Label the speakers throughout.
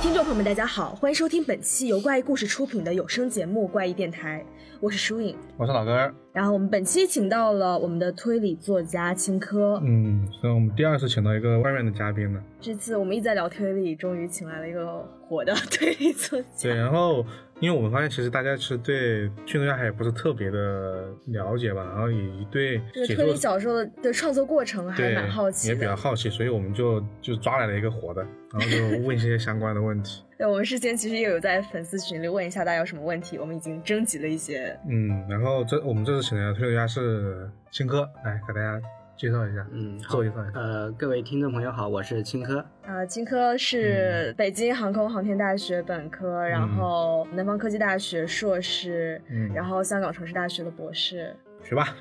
Speaker 1: 听众朋友们，大家好，欢迎收听本期由怪异故事出品的有声节目《怪异电台》，我是舒颖。
Speaker 2: 我是老根儿，
Speaker 1: 然后我们本期请到了我们的推理作家青稞，
Speaker 2: 嗯，所以我们第二次请到一个外面的嘉宾呢。
Speaker 1: 这次我们一直在聊推理，终于请来了一个火的推理作 家。
Speaker 2: 对，然后因为我们发现其实大家是对去诺亚海也不是特别的了解吧，然后也对
Speaker 1: 这个
Speaker 2: 写
Speaker 1: 推理
Speaker 2: 作
Speaker 1: 小说的的创作过程还
Speaker 2: 对
Speaker 1: 蛮好奇
Speaker 2: 也比较
Speaker 1: 的。
Speaker 2: 好奇，所以我们就就抓来了一个活的，然后就问一些相关的问 题。
Speaker 1: 对，我们事先其实也有在粉丝群里问一下大家有什么问题，我们已经征集了一些。
Speaker 2: 嗯，然后这我们这次请来的推理家是青稞，来给大家介绍一下，
Speaker 3: 嗯，好
Speaker 2: 做一下。
Speaker 3: 呃，各位听众朋友好，我是青稞。
Speaker 1: 呃，青稞是北京航空航天大学本科，然后南方科技大学硕士，
Speaker 2: 嗯，
Speaker 1: 然后香港城市大学的博士，
Speaker 2: 学霸，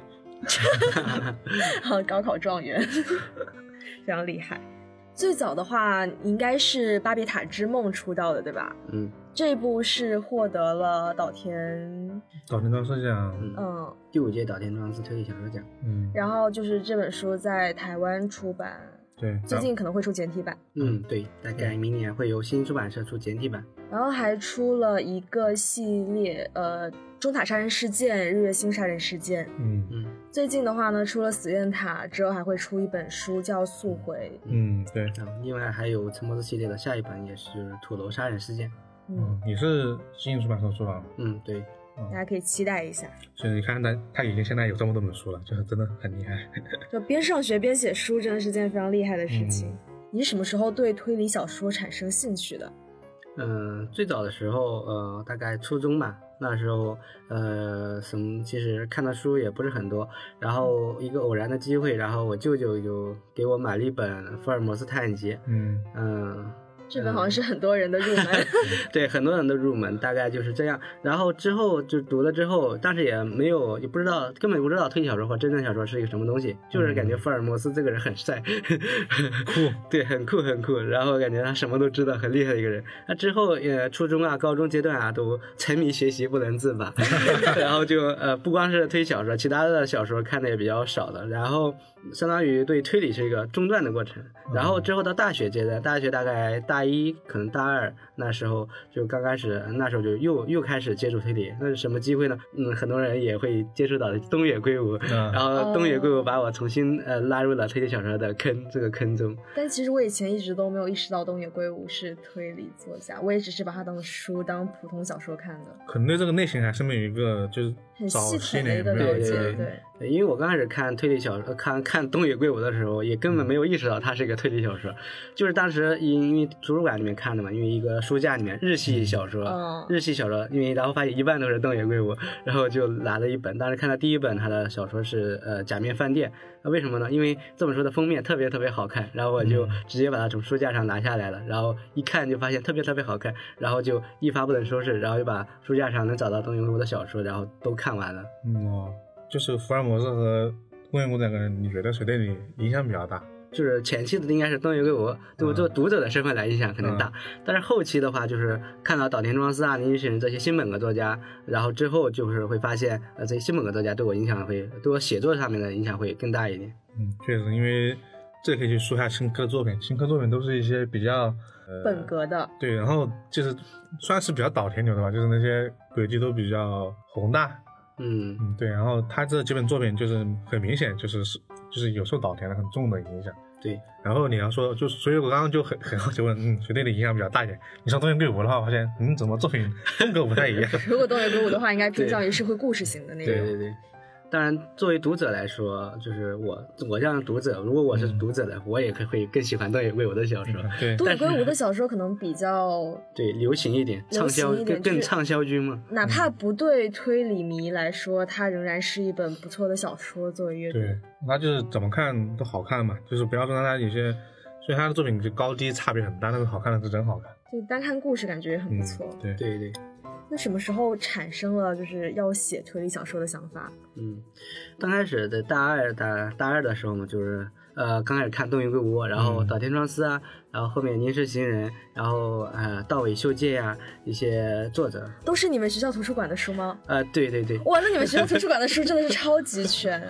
Speaker 1: 然后高考状元， 非常厉害。最早的话，你应该是《巴别塔之梦》出道的，对吧？
Speaker 3: 嗯，
Speaker 1: 这部是获得了岛田，
Speaker 2: 岛田庄司奖，
Speaker 3: 嗯，
Speaker 1: 嗯，
Speaker 3: 第五届岛田庄司推理小说奖。
Speaker 2: 嗯，
Speaker 1: 然后就是这本书在台湾出版，
Speaker 2: 对，
Speaker 1: 最近可能会出简体版，
Speaker 3: 嗯，对，大概明年会由新出版社出简体版。
Speaker 1: 然后还出了一个系列，呃，中塔杀人事件、日月星杀人事件。
Speaker 2: 嗯嗯
Speaker 3: 嗯
Speaker 1: 最近的话呢，除了死愿塔之后，还会出一本书叫《速回》，
Speaker 2: 嗯，对，
Speaker 3: 然后另外还有陈默之系列的下一本也是土楼杀人事件。
Speaker 1: 嗯
Speaker 2: 嗯，，你是新出版社出版吗？
Speaker 3: 嗯，对，
Speaker 2: 嗯
Speaker 1: 大家可以期待一下。
Speaker 2: 所以你看他，他已经现在有这么多本书了，就是真的很厉害。
Speaker 1: 就边上学边写书，真的是件非常厉害的事情。
Speaker 2: 嗯
Speaker 1: 你是什么时候对推理小说产生兴趣的？
Speaker 3: 嗯、最早的时候，呃，大概初中吧。那时候，呃，什么其实看的书也不是很多，然后一个偶然的机会，然后我舅舅就给我买了一本《福尔摩斯探案集》，
Speaker 2: 嗯
Speaker 3: 嗯、
Speaker 1: 这本好像是很多人的入门。
Speaker 3: 对，很多人都入门，大概就是这样。然后之后就读了之后，但是也没有，也不知道，根本不知道推理小说或真正小说是一个什么东西，就是感觉福尔摩斯这个人很帅，
Speaker 2: 酷，
Speaker 3: 对，很酷很酷。然后感觉他什么都知道，很厉害的一个人。那之后呃，初中啊、高中阶段啊，都沉迷学习不能自拔， 然后就呃，不光是推理小说，其他的小说看的也比较少了。然后相当于对推理是一个中断的过程。然后之后到大学阶段，大学大概大一可能大二那时候就刚开始，那时候就又又开始接触推理。那是什么机会呢？嗯，很多人也会接触到的东野圭吾。然
Speaker 2: 嗯，
Speaker 3: 后东野圭吾把我重新呃拉入了推理小说的坑这个坑中。
Speaker 1: 但其实我以前一直都没有意识到东野圭吾是推理作家，我也只是把他当书当普通小说看的，
Speaker 2: 可能对这个类型还是没有一个就是
Speaker 1: 很
Speaker 2: 早
Speaker 1: 系
Speaker 2: 些
Speaker 1: 统的一
Speaker 2: 年
Speaker 1: 个
Speaker 2: 没
Speaker 1: 了
Speaker 2: 有一
Speaker 1: 解。
Speaker 3: 对
Speaker 2: 个
Speaker 3: 对
Speaker 1: 对，
Speaker 3: 对因为我刚开始看推理小说，看看东野圭吾的时候，也根本没有意识到它是一个推理小说，就是当时因因为图书馆里面看的嘛，因为一个书架里面日系小说，
Speaker 1: 嗯
Speaker 3: 日系小说，因为然后发现一半都是东野圭吾，然后就拿了一本，当时看到第一本他的小说是呃《假面饭店》呃，为什么呢？因为这本书的封面特别特别好看，然后我就
Speaker 2: 嗯
Speaker 3: 直接把它从书架上拿下来了，然后一看就发现特别特别好看，然后就一发不可收拾，然后就把书架上能找到东野圭吾的小说，然后都看完了。
Speaker 2: 嗯哦，就是福尔摩斯和东野圭吾两个人，你觉得谁对你影响比较大？
Speaker 3: 就是前期的应该是东野圭吾，对
Speaker 2: 嗯
Speaker 3: 我做读者的身份来影响可能大，但是后期的话就是看到岛田庄司啊、林志人这些新本格作家，然后之后就是会发现，呃，这些新本格作家对我影响会对我写作上面的影响会更大一点。
Speaker 2: 嗯，确实，因为这可以去说一下新科的作品，新科作品都是一些比较呃
Speaker 1: 本格的，
Speaker 2: 对，然后就是算是比较岛田流的吧，就是那些轨迹都比较宏大。
Speaker 3: 嗯，
Speaker 2: 嗯，对，然后他这几本作品就是很明显就是是就是有受岛田的很重的影响。
Speaker 3: 对，
Speaker 2: 然后你要说，就所以我刚刚就很很好奇问，嗯，谁对你影响比较大一点？你上东野圭吾的话，我发现，嗯，怎么作品风格不太一样？
Speaker 1: 如果东野圭吾的话，应该偏向于社会故事型的那
Speaker 3: 对
Speaker 1: 种。
Speaker 3: 对对。当然，作为读者来说，就是我我这样的读者，如果我
Speaker 2: 嗯
Speaker 3: 是读者的，我也可会更喜欢东野圭吾的小说，
Speaker 2: 对，
Speaker 1: 东野圭吾的小说可能比较，
Speaker 3: 对，流行一点，
Speaker 1: 流
Speaker 3: 畅
Speaker 1: 行
Speaker 3: 销
Speaker 1: 一点
Speaker 3: 更
Speaker 1: 就
Speaker 3: 更
Speaker 1: 是
Speaker 3: 畅销军嘛。
Speaker 2: 嗯
Speaker 1: 哪怕不对推理迷来说，它仍然是一本不错的小说作为阅读。
Speaker 2: 对，他就是怎么看都好看嘛，就是不要说他有些，虽然他的作品就高低差别很大，但是好看的是真好看。
Speaker 1: 就单看故事感觉也很
Speaker 2: 嗯
Speaker 1: 不错。，
Speaker 2: 对，
Speaker 3: 对对，
Speaker 1: 那什么时候产生了就是要写推理小说的想法？
Speaker 3: 嗯，刚开始在大二大大二的时候嘛，就是呃刚开始看《东瀛贵无》，然后
Speaker 2: 嗯
Speaker 3: 岛田庄司啊，然后后面凝视行人，然后呃道尾秀介呀、一些作者，
Speaker 1: 都是你们学校图书馆的书吗？
Speaker 3: 呃对对
Speaker 2: 哦
Speaker 3: 对，
Speaker 1: 哇，那你们学校图书馆的书真的是超级 全，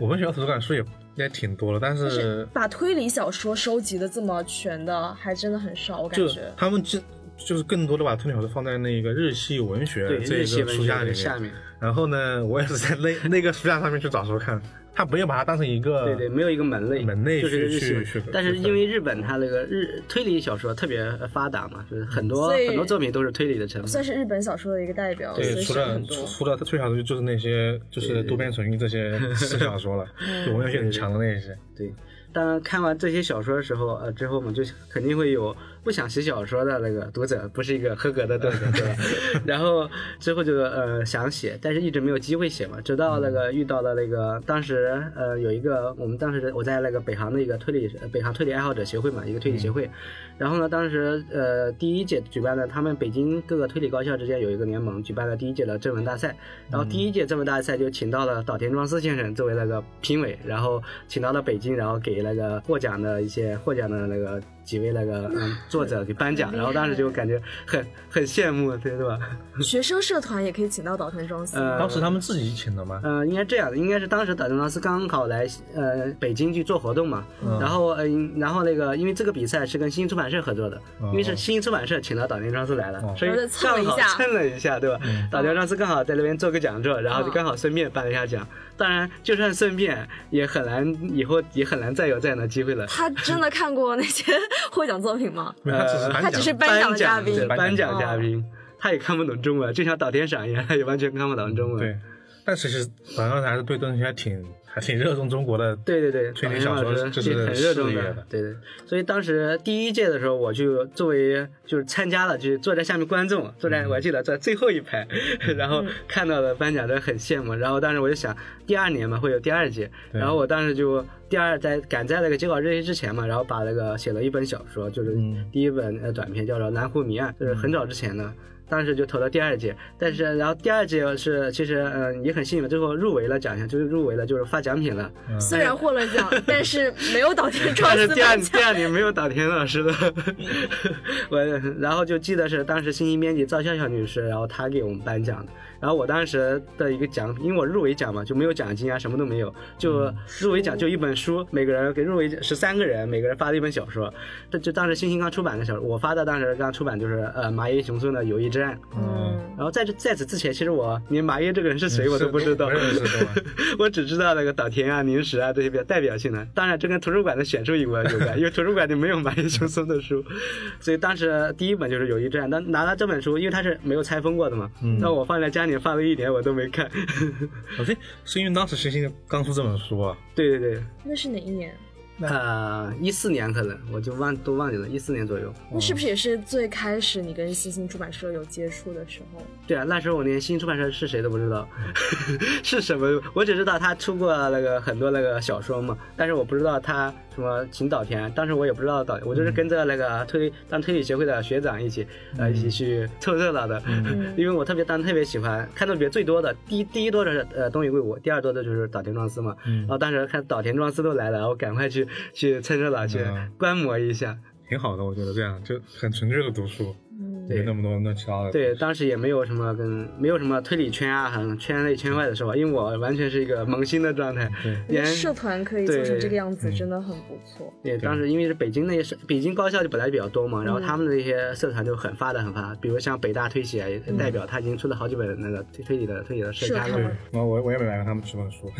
Speaker 2: 我们学校图书馆书也也挺多的，但是
Speaker 1: 把推理小说收集的这么全的，还真的很少，我感
Speaker 2: 就
Speaker 1: 觉。
Speaker 2: 他们就就是更多的把推理小说放在那个日系文学
Speaker 3: 对
Speaker 2: 这
Speaker 3: 日系
Speaker 2: 个
Speaker 3: 文
Speaker 2: 书架
Speaker 3: 学
Speaker 2: 里
Speaker 3: 的下
Speaker 2: 面。
Speaker 3: 面，
Speaker 2: 然后呢，我也是在那那个书架上面去找书看，他没有把它当成一个
Speaker 3: 对对，没有一个门类，
Speaker 2: 呃门类
Speaker 3: 就是
Speaker 2: 去
Speaker 3: 日系文
Speaker 2: 去去
Speaker 3: 但是
Speaker 2: 去
Speaker 3: 因为日本它那个日推理小说特别呃发达嘛，就是很多
Speaker 1: 嗯所以
Speaker 3: 很多作品都是推理的成分
Speaker 1: 算。是日本小说的一个代
Speaker 3: 啊
Speaker 1: 表，所以
Speaker 2: 对，除
Speaker 1: 选了
Speaker 2: 了
Speaker 1: 很
Speaker 2: 除
Speaker 1: 多。
Speaker 2: 除了推理小说就是那些就是渡边淳一这些私小说了，就文学性很强的那些。
Speaker 3: 嗯对，当然看完这些小说的时候，呃，之后我们就肯定会有不想写小说的那个读者，不是一个合格的读者，对吧？然后之后就呃想写，但是一直没有机会写嘛，直到那个遇到了那个当时呃有一个我们当时我在那个北航的一个推理呃北航推理爱好者协会嘛，一个推理协会，然后呢，当时呃第一届举办的他们北京各个推理高校之间有一个联盟举办了第一届的征文大赛，然后第一届征文大赛就请到了岛田庄司先生作为那个评委，然后请到了北京，然后给那个获奖的一些获奖的那个几位那个嗯作者给颁奖，
Speaker 1: 很厉害
Speaker 3: 然后当时就感觉很很羡慕，对对吧？
Speaker 1: 学生社团也可以请到岛田庄司，
Speaker 3: 呃
Speaker 2: 当时他们自己请的吗？
Speaker 3: 呃，应该这样的，应该是当时岛田庄司刚好来呃北京去做活动嘛，
Speaker 2: 嗯
Speaker 3: 然后嗯、然后那个因为这个比赛是跟新出版社合作的，
Speaker 2: 哦
Speaker 3: 因为是新出版社请到岛田庄司来了，
Speaker 2: 哦
Speaker 3: 所以
Speaker 1: 然后就蹭了
Speaker 3: 刚
Speaker 1: 一
Speaker 3: 好
Speaker 1: 下
Speaker 3: 蹭了一下，对吧？
Speaker 2: 嗯
Speaker 3: 岛田庄司刚好在那边做个讲座，
Speaker 1: 嗯
Speaker 3: 然后就刚好顺便颁了一下奖。当然，就算顺便，也很难以后也很难再有这样的机会了。
Speaker 1: 他真的看过那些 获奖作品吗？
Speaker 2: 没有，他只是
Speaker 3: 呃
Speaker 2: 颁
Speaker 1: 他只是
Speaker 2: 奖，
Speaker 3: 颁
Speaker 1: 奖的嘉
Speaker 3: 奖
Speaker 1: 宾哦
Speaker 3: 对，
Speaker 2: 颁
Speaker 3: 颁
Speaker 2: 奖
Speaker 3: 奖嘉宾，他也看不懂中文，就像岛田赏一样，他也完全看不懂中文。
Speaker 2: 对。但其实反正还是对这东西还挺还挺热衷中国的。
Speaker 3: 对对对，
Speaker 2: 推理
Speaker 3: 导
Speaker 2: 小
Speaker 3: 演
Speaker 2: 说
Speaker 3: 老师
Speaker 2: 就是
Speaker 3: 很热衷
Speaker 2: 视野的
Speaker 3: 对对。所以当时第一届的时候，我就作为就是参加了，就是坐在下面观众，坐
Speaker 2: 嗯
Speaker 3: 在我还记得在最后一排， 然后看到了颁奖的很羡慕，然后当时我就想，第二年嘛会有第二届，
Speaker 2: 对
Speaker 3: 然后我当时就第二在赶在那个截稿日期之前嘛，然后把那个写了一本小说，就是
Speaker 2: 嗯
Speaker 3: 第一本呃短篇叫做《南湖谜案》，就是很早之前的。当时就投到第二届，但是然后第二届是其实嗯、呃也很幸运，最后入围了奖项，就是入围了就是发奖品了，
Speaker 1: 虽然获了 奖，但是没有岛田庄
Speaker 3: 但是
Speaker 1: 司
Speaker 3: 第二
Speaker 1: 颁
Speaker 3: 第
Speaker 1: 奖。
Speaker 3: 二年没有岛田老师的，我 然后就记得是当时新兴编辑赵笑笑女士，然后她给我们颁奖的。然后我当时的一个奖，因为我入围奖嘛，就没有奖金啊，什么都没有，就入围奖就一本书，每个人给入围十三个人，每个人发了一本小说。这就当时新兴刚出版的小说，我发的当时刚出版就是呃麻耶雄村的《友谊之案》。
Speaker 2: 嗯，
Speaker 3: 然后在这在此之前，其实我连麻耶这个人嗯是谁我都不知道，
Speaker 2: 我也是 懂啊
Speaker 3: 我只知道那个岛田啊、宁石啊这些比较代表性的，当然这跟图书馆的选书有关有关，因为图书馆就没有马伊雄松的书，所以当时第一本就是《友谊之战》，但拿到这本书，因为它是没有拆封过的嘛，那、我放在家里放了一年我都没看。
Speaker 2: 我这是因为当时星星刚出这本书啊，
Speaker 3: 对对对，
Speaker 1: 那是哪一年？
Speaker 3: 啊、一四年可能我就忘都忘记了，一四年左右。
Speaker 1: 那是不是也是最开始你跟新兴出版社有接触的时候？
Speaker 3: 对啊，那时候我连新出版社是谁都不知道， 是什么，我只知道他出过那个很多那个小说嘛，但是我不知道他什么请岛田，当时我也不知道岛，我就是跟着那个推当推理协会的学长一起，呃，一起去凑热闹的， 因为我特别当时特别喜欢看的比较最多的，第一第一多的是呃东野圭吾，第二多的就是岛田庄司嘛，然后当时看岛田庄司都来了，然后赶快去去趁热闹去
Speaker 2: 嗯
Speaker 3: 观摩一下，
Speaker 2: 挺好的，我觉得这样就很纯粹的读书，
Speaker 1: 嗯，
Speaker 2: 没那么多乱七八糟的。
Speaker 3: 对，，当时也没有什么跟没有什么推理圈啊，很圈内圈外的说法，因为我完全是一个萌新的状态
Speaker 2: 对，
Speaker 1: 那
Speaker 3: 连
Speaker 1: 社团可以做成这个样
Speaker 3: 嗯
Speaker 1: 子，真的很不错。
Speaker 3: 对当时因为是北京那些北京高校就本来比较多嘛，然后他们的那些社团就很发达很发达，比如像北大推协也代表，他已经出了好几本那个推推理的推理的社刊
Speaker 1: 嗯社
Speaker 2: 对
Speaker 3: 了
Speaker 1: 刊。，
Speaker 2: 然后我我也没买过他们几本书，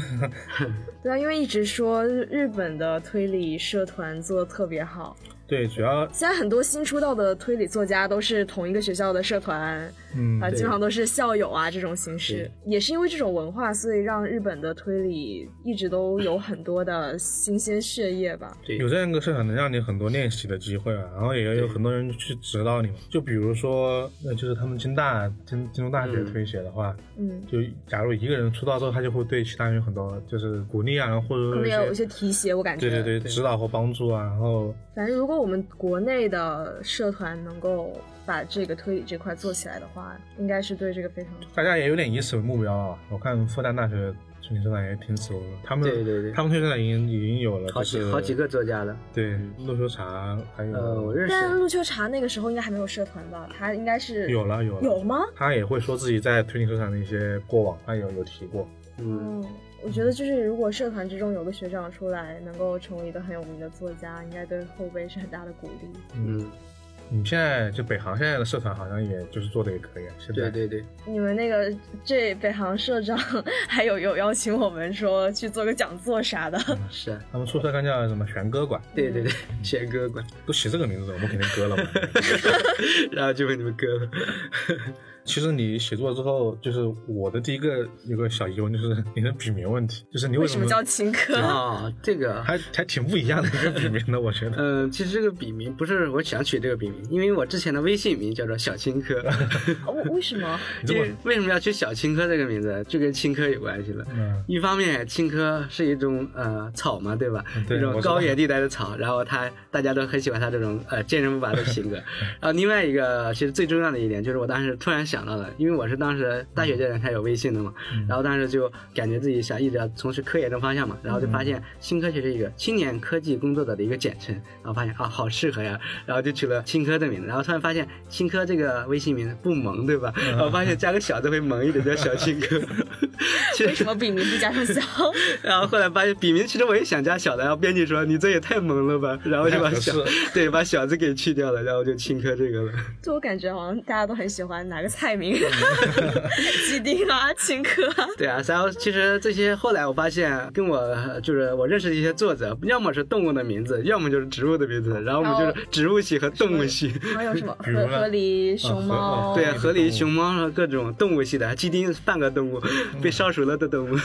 Speaker 1: 对啊，因为一直说日本的推理社团做的特别好，
Speaker 2: 对，主要
Speaker 1: 现在很多新出道的推理作家都是同一个学校的社团，
Speaker 2: 嗯
Speaker 1: 啊，基本上都是校友啊这种形式
Speaker 3: 对。
Speaker 1: 也是因为这种文化，所以让日本的推理一直都有很多的新鲜血液吧。
Speaker 3: 对
Speaker 2: 有这样一个社团能让你很多练习的机会啊，然后也有很多人去指导你嘛。就比如说，呃，就是他们京大京京东大学
Speaker 3: 嗯
Speaker 2: 推写的话，
Speaker 1: 嗯，
Speaker 2: 就假如一个人出道之后，他就会对其他人有很多就是鼓励啊，然后或
Speaker 1: 可
Speaker 2: 者
Speaker 1: 能
Speaker 2: 是
Speaker 1: 也有
Speaker 2: 一
Speaker 1: 一
Speaker 2: 些
Speaker 1: 些提携，我感觉。
Speaker 2: 对对对指导和帮助啊，然后
Speaker 1: 反正如果果我们国内的社团能够把这个推理这块做起来的话，应该是对这个非常
Speaker 2: 大家也有点以此为目标啊。我看复旦大学春林社团也挺熟的，他们
Speaker 3: 对对对
Speaker 2: 他们推社团已经已经有了，
Speaker 3: 好
Speaker 2: 就
Speaker 3: 几
Speaker 2: 是
Speaker 3: 好几个作家了。
Speaker 2: 对陆秋茶还有、
Speaker 3: 呃，我认识
Speaker 1: 但陆秋茶那个时候应该还没有社团吧？他应该是
Speaker 2: 有了有了
Speaker 1: 有吗？
Speaker 2: 他也会说自己在推理社团的一些过往，他有有提过。
Speaker 3: 嗯，
Speaker 1: 嗯，我觉得就是如果社团之中有个学长出来，能够成为一个很有名的作家，应该对后辈是很大的鼓励。
Speaker 3: 嗯，
Speaker 2: 你现在就北航现在的社团好像也就是做的也可以，啊现在
Speaker 3: 对对对，
Speaker 1: 你们那个这北航社长 还有有邀请我们说去做个讲座啥的，
Speaker 3: 是啊，
Speaker 2: 他们出社团叫什么玄歌馆，
Speaker 3: 对对对，
Speaker 1: 嗯
Speaker 3: 选歌馆，
Speaker 2: 都起这个名字了，我们肯定割 了嘛。
Speaker 3: 然后就被你们割了。
Speaker 2: 其实你写作之后，就是我的第一个有个小疑问，就是你的笔名问题，就是你
Speaker 1: 为
Speaker 2: 什
Speaker 1: 什么叫秦 科？
Speaker 3: 啊，这个
Speaker 2: 还还挺不一样的一个笔名的，我 觉得。
Speaker 3: 嗯，其实这个笔名不是我想取这个笔名，因为我之前的微信名叫做小青稞。
Speaker 1: 哦为为什么？
Speaker 2: 你这
Speaker 3: 因
Speaker 2: 么
Speaker 3: 为为什么要取小青稞这个名字？就跟青稞有关系了。
Speaker 2: 嗯
Speaker 3: 一方面，青稞是一种呃草嘛，对吧？
Speaker 2: 嗯对
Speaker 3: 一
Speaker 2: 我
Speaker 3: 种
Speaker 2: 知道
Speaker 3: 高原地带的草，然后它大家都很喜欢它这种呃见人不拔的 性格。
Speaker 2: 嗯
Speaker 3: 然后另外一个其实最重要的一点就是，我当时突然想到了，因为我是当时大学阶段才有微信的嘛，
Speaker 2: 嗯
Speaker 3: 然后当时就感觉自己想一直要从事科研的方向嘛，
Speaker 2: 嗯
Speaker 3: 然后就发现新科学是一个青年科技工作者的一个简称，然后发现啊好适合呀，然后就取了青科的名字，然后突然发现青科这个微信名不萌对吧？
Speaker 2: 嗯
Speaker 3: 然后发现加个小字会萌一点，叫小青 科。其 实
Speaker 1: 为什么笔名不加上小？
Speaker 3: 然后后来发现笔名其实我也想加小的，然后编辑说你这也太萌了 吧，然后就把小
Speaker 2: 不太合
Speaker 3: 对把小字给去掉了，然后就青稞这个了。
Speaker 1: 就我感觉好像大家都很喜欢拿个菜名，基丁啊、秦科啊。
Speaker 3: 对啊，然后其实这些后来我发现跟我呃就是我认识的一些作者，要么是动物的名字，要么就是植物的名字，然后我们
Speaker 1: 然
Speaker 3: 就
Speaker 1: 后
Speaker 3: 是植物系和动物系。
Speaker 1: 还有什么
Speaker 2: 比如
Speaker 1: 河
Speaker 2: 呢
Speaker 1: 河狸、熊
Speaker 2: 啊
Speaker 1: 猫？
Speaker 2: 河
Speaker 3: 对啊，
Speaker 2: 哦
Speaker 3: 河狸、熊猫和各种动物系的，鸡丁半个动物，被烧熟了的动 物。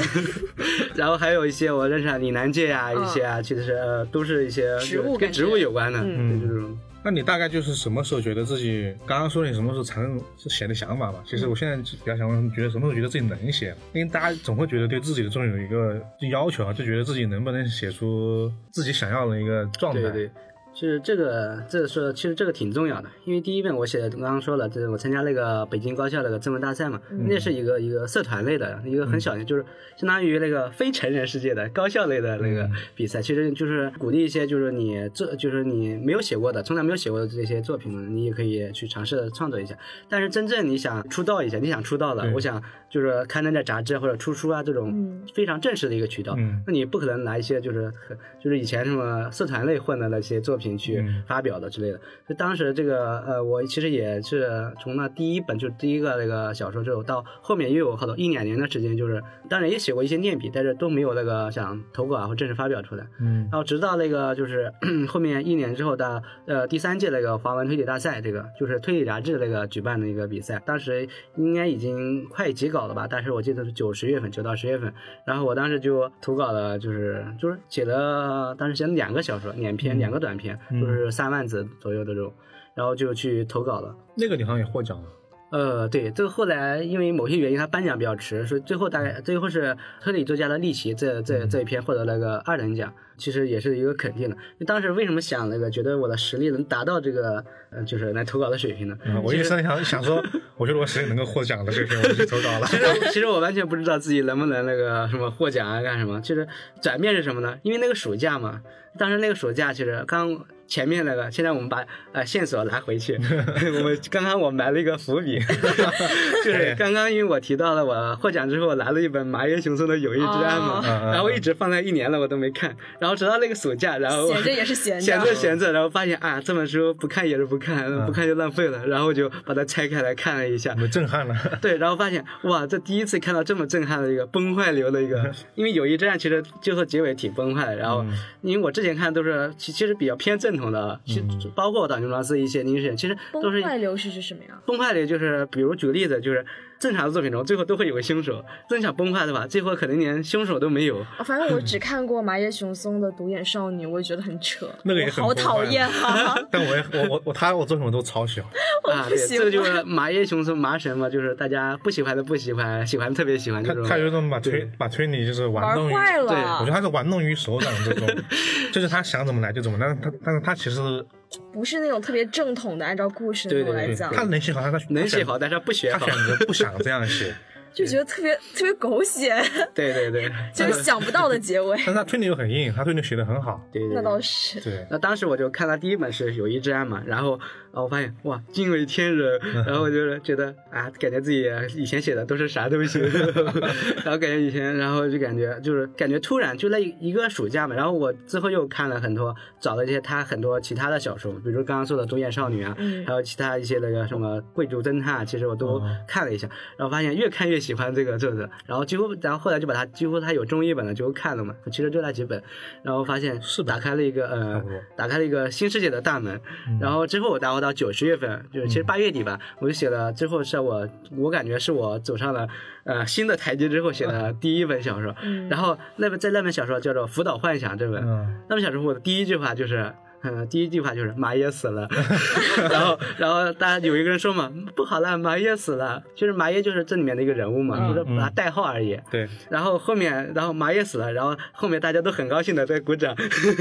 Speaker 3: 然后还有一些我认识啊，岭南界呀、一些啊，其实呃都是一些
Speaker 1: 植物
Speaker 3: 跟
Speaker 1: 感
Speaker 3: 植物
Speaker 1: 觉
Speaker 3: 有关的，
Speaker 1: 嗯
Speaker 3: 对这种。
Speaker 2: 那你大概就是什么时候觉得自己？刚刚说你什么时候产生是写的想法嘛？其实我现在比较想问，觉得什么时候觉得自己能写？因为大家总会觉得对自己的这种有一个要求啊，就觉得自己能不能写出自己想要的一个状态。
Speaker 3: 对对，就是这个，这个说其实这个挺重要的，因为第一遍我写的刚刚说了，就是我参加那个北京高校那个征文大赛嘛，
Speaker 2: 嗯
Speaker 3: 那是一个一个社团类的，一个很小的，就是相当于那个非成人世界的高校类的那
Speaker 2: 嗯
Speaker 3: 个比赛，其实就是鼓励一些就是你这就是你没有写过的，从来没有写过的这些作品呢，你也可以去尝试地创作一下。但是真正你想出道一下，你想出道了
Speaker 2: 对，
Speaker 3: 我想就是刊登在杂志或者出书啊这种
Speaker 1: 嗯
Speaker 3: 非常正式的一个渠道，
Speaker 2: 嗯
Speaker 3: 那你不可能拿一些就是很就是以前什么社团类混的那些作品去
Speaker 2: 嗯
Speaker 3: 发表的之类的。就当时这个呃，我其实也是从那第一本就是第一个那个小说之后，到后面又有好多一两年的时间，就是当然也写过一些练笔，但是都没有那个想投稿啊或正式发表出来。
Speaker 2: 嗯
Speaker 3: 然后直到那个就是 后面一年之后的呃第三届那个华文推理大赛，这个就是推理杂志那个举办的一个比赛，当时应该已经快截稿了吧？但是我记得是九十月份，九到十月份，然后我当时就投稿了，就是就是写了，当时写了两个小说，两篇、
Speaker 2: 嗯
Speaker 3: 两个短篇，
Speaker 2: 嗯
Speaker 3: 就是三万字左右的这种，然后就去投稿了。
Speaker 2: 那个你好像也获奖了。
Speaker 3: 呃，对，这个后来因为某些原因，他颁奖比较迟，所以最后大
Speaker 2: 嗯
Speaker 3: 概最后是推理作家的利奇这这这一篇获得了个二等奖，其实也是一个肯定的。当时为什么想那个，觉得我的实力能达到这个，呃，就是来投稿的水平呢？
Speaker 2: 嗯、我一直在 想想说，我觉得我实力能够获奖的这篇，我就去投稿了。
Speaker 3: 其实 其实我完全不知道自己能不能那个什么获奖啊干什么。其实转变是什么呢？因为那个暑假嘛，当时那个暑假其实刚前面那个，现在我们把呃线索拿回去， 我们刚刚我埋了一个伏笔， 就是刚刚因为我提到了我获奖之后拿了一本麻耶雄松的《友谊之爱》嘛，
Speaker 2: 哦
Speaker 3: 然后一直放在一年了我都没看，然后直到那个暑假，然后哦啊我
Speaker 1: 闲着也是闲着啊
Speaker 3: 闲着闲着，然后发现啊这本书不看也是不看，不看就浪费了，然后就把它拆开来看了一下，
Speaker 2: 我震撼了，
Speaker 3: 对，然后发现哇，这第一次看到这么震撼的一个崩坏流的一个，因为友谊之战其实最后结尾挺崩坏的。然后，因为我之前看都是其其实比较偏正统的，其实包括《岛牛郎斯》一些凝视，其实都
Speaker 1: 崩
Speaker 3: 是
Speaker 1: 坏流是指什么呀？
Speaker 3: 崩坏流，就是比如举个例子，就是正常的作品中最后都会有个凶手，真想崩坏的吧，最后可能连凶手都 没有。
Speaker 1: 啊，反正我只看过麻耶雄松的《独眼少女》，我也觉得很扯，
Speaker 2: 那
Speaker 1: 我
Speaker 2: 个也很
Speaker 1: 好
Speaker 2: 崩
Speaker 1: 讨
Speaker 2: 坏
Speaker 1: 厌啊！
Speaker 2: 但我也我我我他我作品我都抄袭了。
Speaker 3: 啊，
Speaker 1: 不
Speaker 3: 对，
Speaker 1: 喜
Speaker 3: 这个就是麻耶雄松麻神嘛，就是大家不喜欢的不喜欢，喜欢的特别喜欢这
Speaker 2: 他
Speaker 3: 种。
Speaker 2: 他有种把推
Speaker 3: 对
Speaker 2: 把推理就是玩
Speaker 1: 玩
Speaker 2: 弄于
Speaker 1: 坏
Speaker 2: 我
Speaker 1: 了
Speaker 3: 对
Speaker 2: 觉得他是玩弄于手掌之中，就是他想怎么来就怎么来，但是他但是他其实
Speaker 1: 不是那种特别正统的按照故事那
Speaker 3: 对
Speaker 1: 种
Speaker 3: 对
Speaker 1: 来
Speaker 2: 对
Speaker 1: 讲，
Speaker 2: 他能写好，但他
Speaker 3: 能写
Speaker 2: 好，
Speaker 3: 好，但是他不学
Speaker 2: 他
Speaker 3: 好
Speaker 2: 选。择不想这样 写，
Speaker 1: 就觉得特别特别狗血，
Speaker 3: 对对对，
Speaker 1: 就是想不到的结尾。
Speaker 2: 但是他推理又很硬，他推理写的很好，
Speaker 3: 对对
Speaker 1: 那
Speaker 3: 对
Speaker 1: 倒是，
Speaker 2: 对，
Speaker 3: 那当时我就看他第一本是《友谊之爱》嘛，然后啊，我发现哇，惊为天人，然后我就是觉得啊，感觉自己以前写的都是啥东西，然后感觉以前，然后就感觉就是感觉突然就那一个暑假嘛，然后我之后又看了很多，找了一些他很多其他的小说，比如刚刚说的《中年少女》啊，
Speaker 1: 嗯
Speaker 3: 还有其他一些那个什么《贵族侦探》，啊其实我都
Speaker 2: 嗯
Speaker 3: 看了一下，然后发现越看越喜欢这个作者，然后几乎，然后后来就把他几乎他有中译本的就看了嘛，其实就那几本，然后发现
Speaker 2: 是的
Speaker 3: 打开了一个
Speaker 2: 差
Speaker 3: 呃
Speaker 2: 不多，
Speaker 3: 打开了一个新世界的大门。
Speaker 2: 嗯
Speaker 3: 然后之后，然后到九十月份，就是其实八月底吧，我就写了，之后是我我感觉是我走上了呃新的台阶之后写的第一本小说。
Speaker 1: 嗯
Speaker 3: 然后那本在那本小说叫做《辅导幻想》这本，
Speaker 2: 嗯，
Speaker 3: 那本小说我的第一句话就是。嗯，第一句话就是马爷死 了，然后，然后大家有一个人说嘛，不好了，马爷死了，就是马爷就是这里面的一个人物嘛，
Speaker 1: 嗯
Speaker 3: 就是把他代号而已。
Speaker 2: 对，
Speaker 3: 然后后面，然后马也死了，然后后面大家都很高兴的在鼓掌，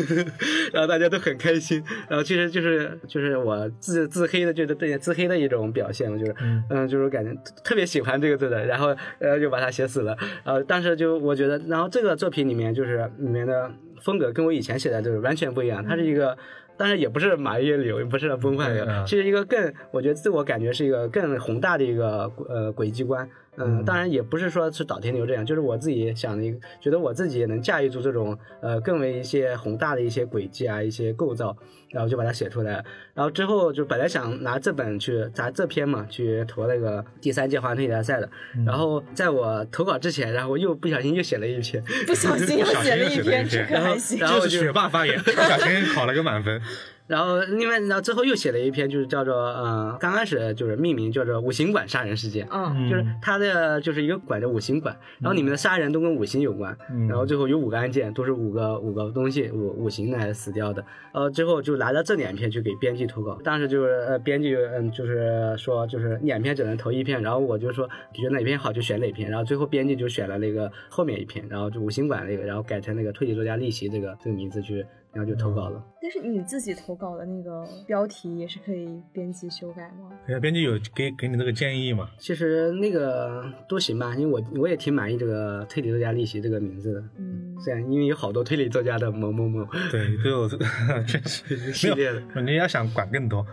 Speaker 3: 然后大家都很开心，然后其实就是就是我自自黑的，就是对自黑的一种表现，就是
Speaker 2: 嗯
Speaker 3: 嗯，就是感觉特别喜欢这个字的，然后呃就把它写死了，然后当时就我觉得，然后这个作品里面就是里面的风格跟我以前写的就是完全不一样，它是一个。当然也不是马叶流，也不是崩坏流
Speaker 2: 嗯，嗯
Speaker 3: 其实一个更，我觉得自我感觉是一个更宏大的一个呃轨迹观，嗯，
Speaker 2: 嗯
Speaker 3: 当然也不是说是岛田流这样，就是我自己想的一个，觉得我自己也能驾驭住这种呃更为一些宏大的一些轨迹啊，一些构造，然后就把它写出来了。然后之后就本来想拿这本去拿这篇嘛去投那个第三届华人推理大赛的，然后在我投稿之前，然后又不小心又写了一篇，
Speaker 1: 不小心又写了一篇，这可还行。
Speaker 3: 然后
Speaker 2: 就是学霸发言，不小心考了个满分，
Speaker 3: 然后另外然后之后又写了一篇，就是叫做呃刚开始就是命名叫做五行馆杀人事件。
Speaker 1: 嗯，
Speaker 2: 嗯
Speaker 3: 就是他的就是一个馆叫五行馆，然后里面的杀人都跟五行有关，
Speaker 2: 嗯
Speaker 3: 然后最后有五个案件都是五个五个东西五五行来死掉的，呃，最后就拿着这两篇去给编辑投稿，当时就是呃编辑嗯就是说就是两篇只能投一篇，然后我就说觉得哪篇好就选哪篇，然后最后编辑就选了那个后面一篇，然后就五行馆那个，然后改成那个推理作家逆袭这个这个名字去，然后就投稿
Speaker 2: 嗯
Speaker 3: 了。
Speaker 1: 但是你自己投稿的那个标题也是可以编辑修改吗？
Speaker 2: 人家编辑有给给你这个建议嘛，
Speaker 3: 其实那个都行吧，因为我我也挺满意这个推理作家逆袭这个名字的，
Speaker 1: 嗯，
Speaker 3: 虽然因为有好多推理作家的某某某
Speaker 2: 对，都有这 个确实
Speaker 3: 系
Speaker 2: 没
Speaker 3: 列
Speaker 2: 有
Speaker 3: 的，，
Speaker 2: 人家想管更多，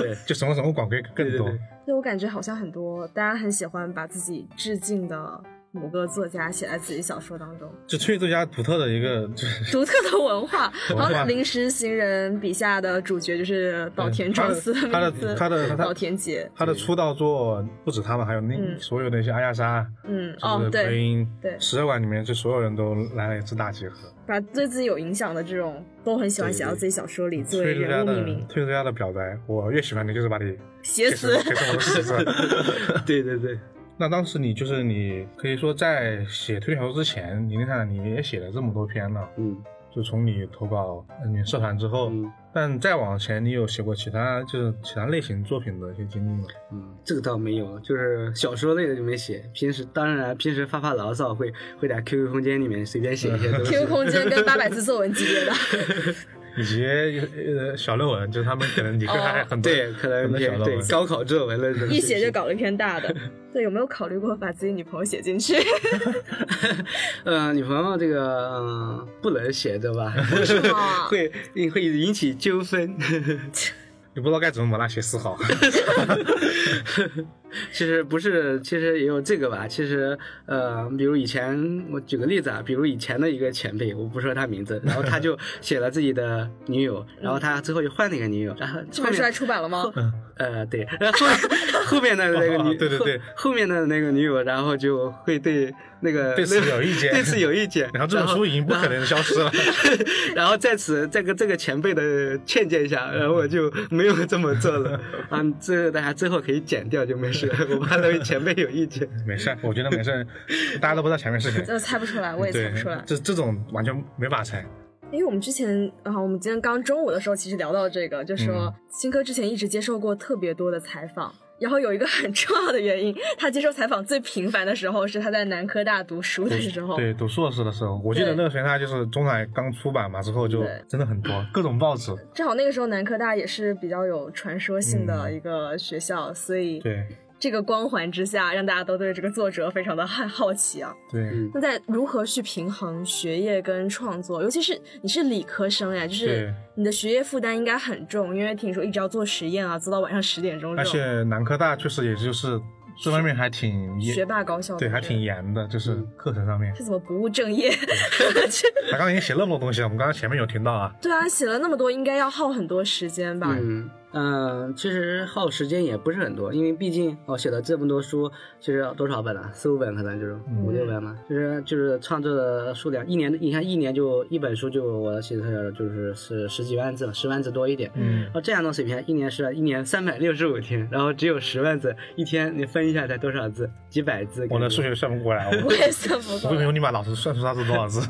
Speaker 3: 对，
Speaker 2: 就什么什么管更更多
Speaker 3: 对对，
Speaker 1: 对我感觉好像很多大家很喜欢把自己致敬的某个作家写在自己小说 当中，
Speaker 2: 就崔作家独特的一个就是。
Speaker 1: 独特的文化。
Speaker 2: 文
Speaker 1: 然
Speaker 2: 化
Speaker 1: 后临时行人笔下的主角就是 岛 田
Speaker 2: 他
Speaker 1: 庄
Speaker 2: 的
Speaker 1: 司
Speaker 2: 他的
Speaker 1: 名字，
Speaker 2: 他的他的
Speaker 1: 岛田杰。
Speaker 2: 他的出道作不止他吧，还有那
Speaker 1: 嗯
Speaker 2: 所有的一些阿亚莎，
Speaker 1: 嗯，
Speaker 2: 就
Speaker 1: 哦
Speaker 2: 是，
Speaker 1: 对，
Speaker 2: 配
Speaker 1: 对
Speaker 2: 十二馆里面，就所有人都来了一次大集合。
Speaker 1: 把对自己有影响的这种都很喜欢写到自己小说里，作为
Speaker 2: 推出
Speaker 1: 人
Speaker 2: 家
Speaker 1: 物
Speaker 2: 的
Speaker 1: 命名，
Speaker 2: 推出家的表白，我越喜欢的就是把你
Speaker 1: 写
Speaker 2: 写成
Speaker 1: 死。
Speaker 2: 写成我的死 字。
Speaker 3: 对对对，
Speaker 2: 那当时你就是你可以说在写推理小说之前，你看你也写了这么多篇了，
Speaker 3: 嗯
Speaker 2: 就从你投稿呃你社团之后，
Speaker 3: 嗯
Speaker 2: 但再往前你有写过其他就是其他类型作品的一些经历吗？
Speaker 3: 嗯，这个倒没有，就是小说类的就没写，平时当然平时发发牢骚会会在 QQ 空间里面随便写一些东西
Speaker 1: QQ，空间跟八百字作文级别的，
Speaker 2: 以及呃小论文，就是他们可能你
Speaker 1: 哦
Speaker 2: 看还很多
Speaker 3: 对，可能
Speaker 2: 很多
Speaker 3: 也
Speaker 2: 小论
Speaker 3: 对
Speaker 2: 文。
Speaker 3: 高考作文类 的东西
Speaker 1: 一写就搞了一篇大的。对，有没有考虑过把自己女朋友写进去？
Speaker 3: 呃，女朋友这个嗯不能写对吧
Speaker 1: 吗？
Speaker 3: 会会引起纠纷。
Speaker 2: 你不知道该怎么把它写死 好。
Speaker 3: 其实不是，其实也有这个吧。其实，呃，比如以前我举个例子啊，比如以前的一个前辈，我不说他名字，然后他就写了自己的 女友，
Speaker 2: 嗯
Speaker 3: 然后他最后又换了一个女友，然后
Speaker 1: 这
Speaker 3: 后
Speaker 1: 本书还
Speaker 3: 面
Speaker 1: 出版了吗？
Speaker 3: 呃对，然后后面后面的那个
Speaker 2: 哦
Speaker 3: 女，
Speaker 2: 对对对
Speaker 3: 后，后面的那个女友，然后就会对那个
Speaker 2: 对此有意见
Speaker 3: 对此有意见，
Speaker 2: 然后这种书已经不可能消失 了。
Speaker 3: 然后在此这个这个前辈的劝诫下，然后我就没有这么做了。啊，这个大家最后可以剪掉就没事了，我怕那位前辈有意见。
Speaker 2: 没事儿，我觉得没事儿，大家都不知道前面是 谁。
Speaker 1: 这猜不出嗯来，我也猜
Speaker 2: 对
Speaker 1: 不出来，。
Speaker 2: 这这种完全没法猜。
Speaker 1: 因为我们之前啊，我们
Speaker 2: 嗯
Speaker 1: 今天刚中午的时候，其实聊到这个，就说新科之前一直接受过特别多的采访，然后有一个很重要的原因，他接受采访最频繁的时候是他在南科大读书的时候。
Speaker 2: 对，读硕士的时候，我记得那个时间他就是中台刚出版嘛，之后就
Speaker 1: 对
Speaker 2: 真的很多各种报纸。
Speaker 1: 正好那个时候南科大也是比较有传说性的一个学校，所以
Speaker 2: 嗯对
Speaker 1: 这个光环之下，让大家都对这个作者非常的好 好奇啊。
Speaker 2: 对
Speaker 3: 嗯
Speaker 1: 那在如何去平衡学业跟创作，尤其是你是理科生呀，就是
Speaker 2: 对，
Speaker 1: 你的学业负担应该很重，因为听说一直要做实验啊，做到晚上十点钟这
Speaker 2: 而
Speaker 1: 种。
Speaker 2: 且南科大确实也就是这方面还挺严
Speaker 1: 学，霸高校
Speaker 2: 对，还挺严的，就是
Speaker 3: 嗯
Speaker 2: 课程上面。
Speaker 1: 这怎么不务正业？
Speaker 2: 他刚才已经写那么多东西了，我们刚刚前面有听到啊。
Speaker 1: 对啊，写了那么多，应该要耗很多时间吧？
Speaker 3: 嗯嗯，其实耗时间也不是很多，因为毕竟我、写了这么多书，其实多少本啊？四五本可能就是
Speaker 2: 嗯
Speaker 3: 五六本嘛，就是就是创作的数量，一年你看一年就一本书就我写出来了，就是是十几万字嘛，十万字多一点。
Speaker 2: 嗯
Speaker 3: 然后这样的水平，一年是一年三百六十五天，然后只有十万字，一天你分一下才多少字？几百字？
Speaker 2: 我的数学算不 过来，我
Speaker 1: 我也算不
Speaker 2: 我
Speaker 1: 过
Speaker 2: 不
Speaker 1: 来。
Speaker 2: 用你把老师算出他是多少字。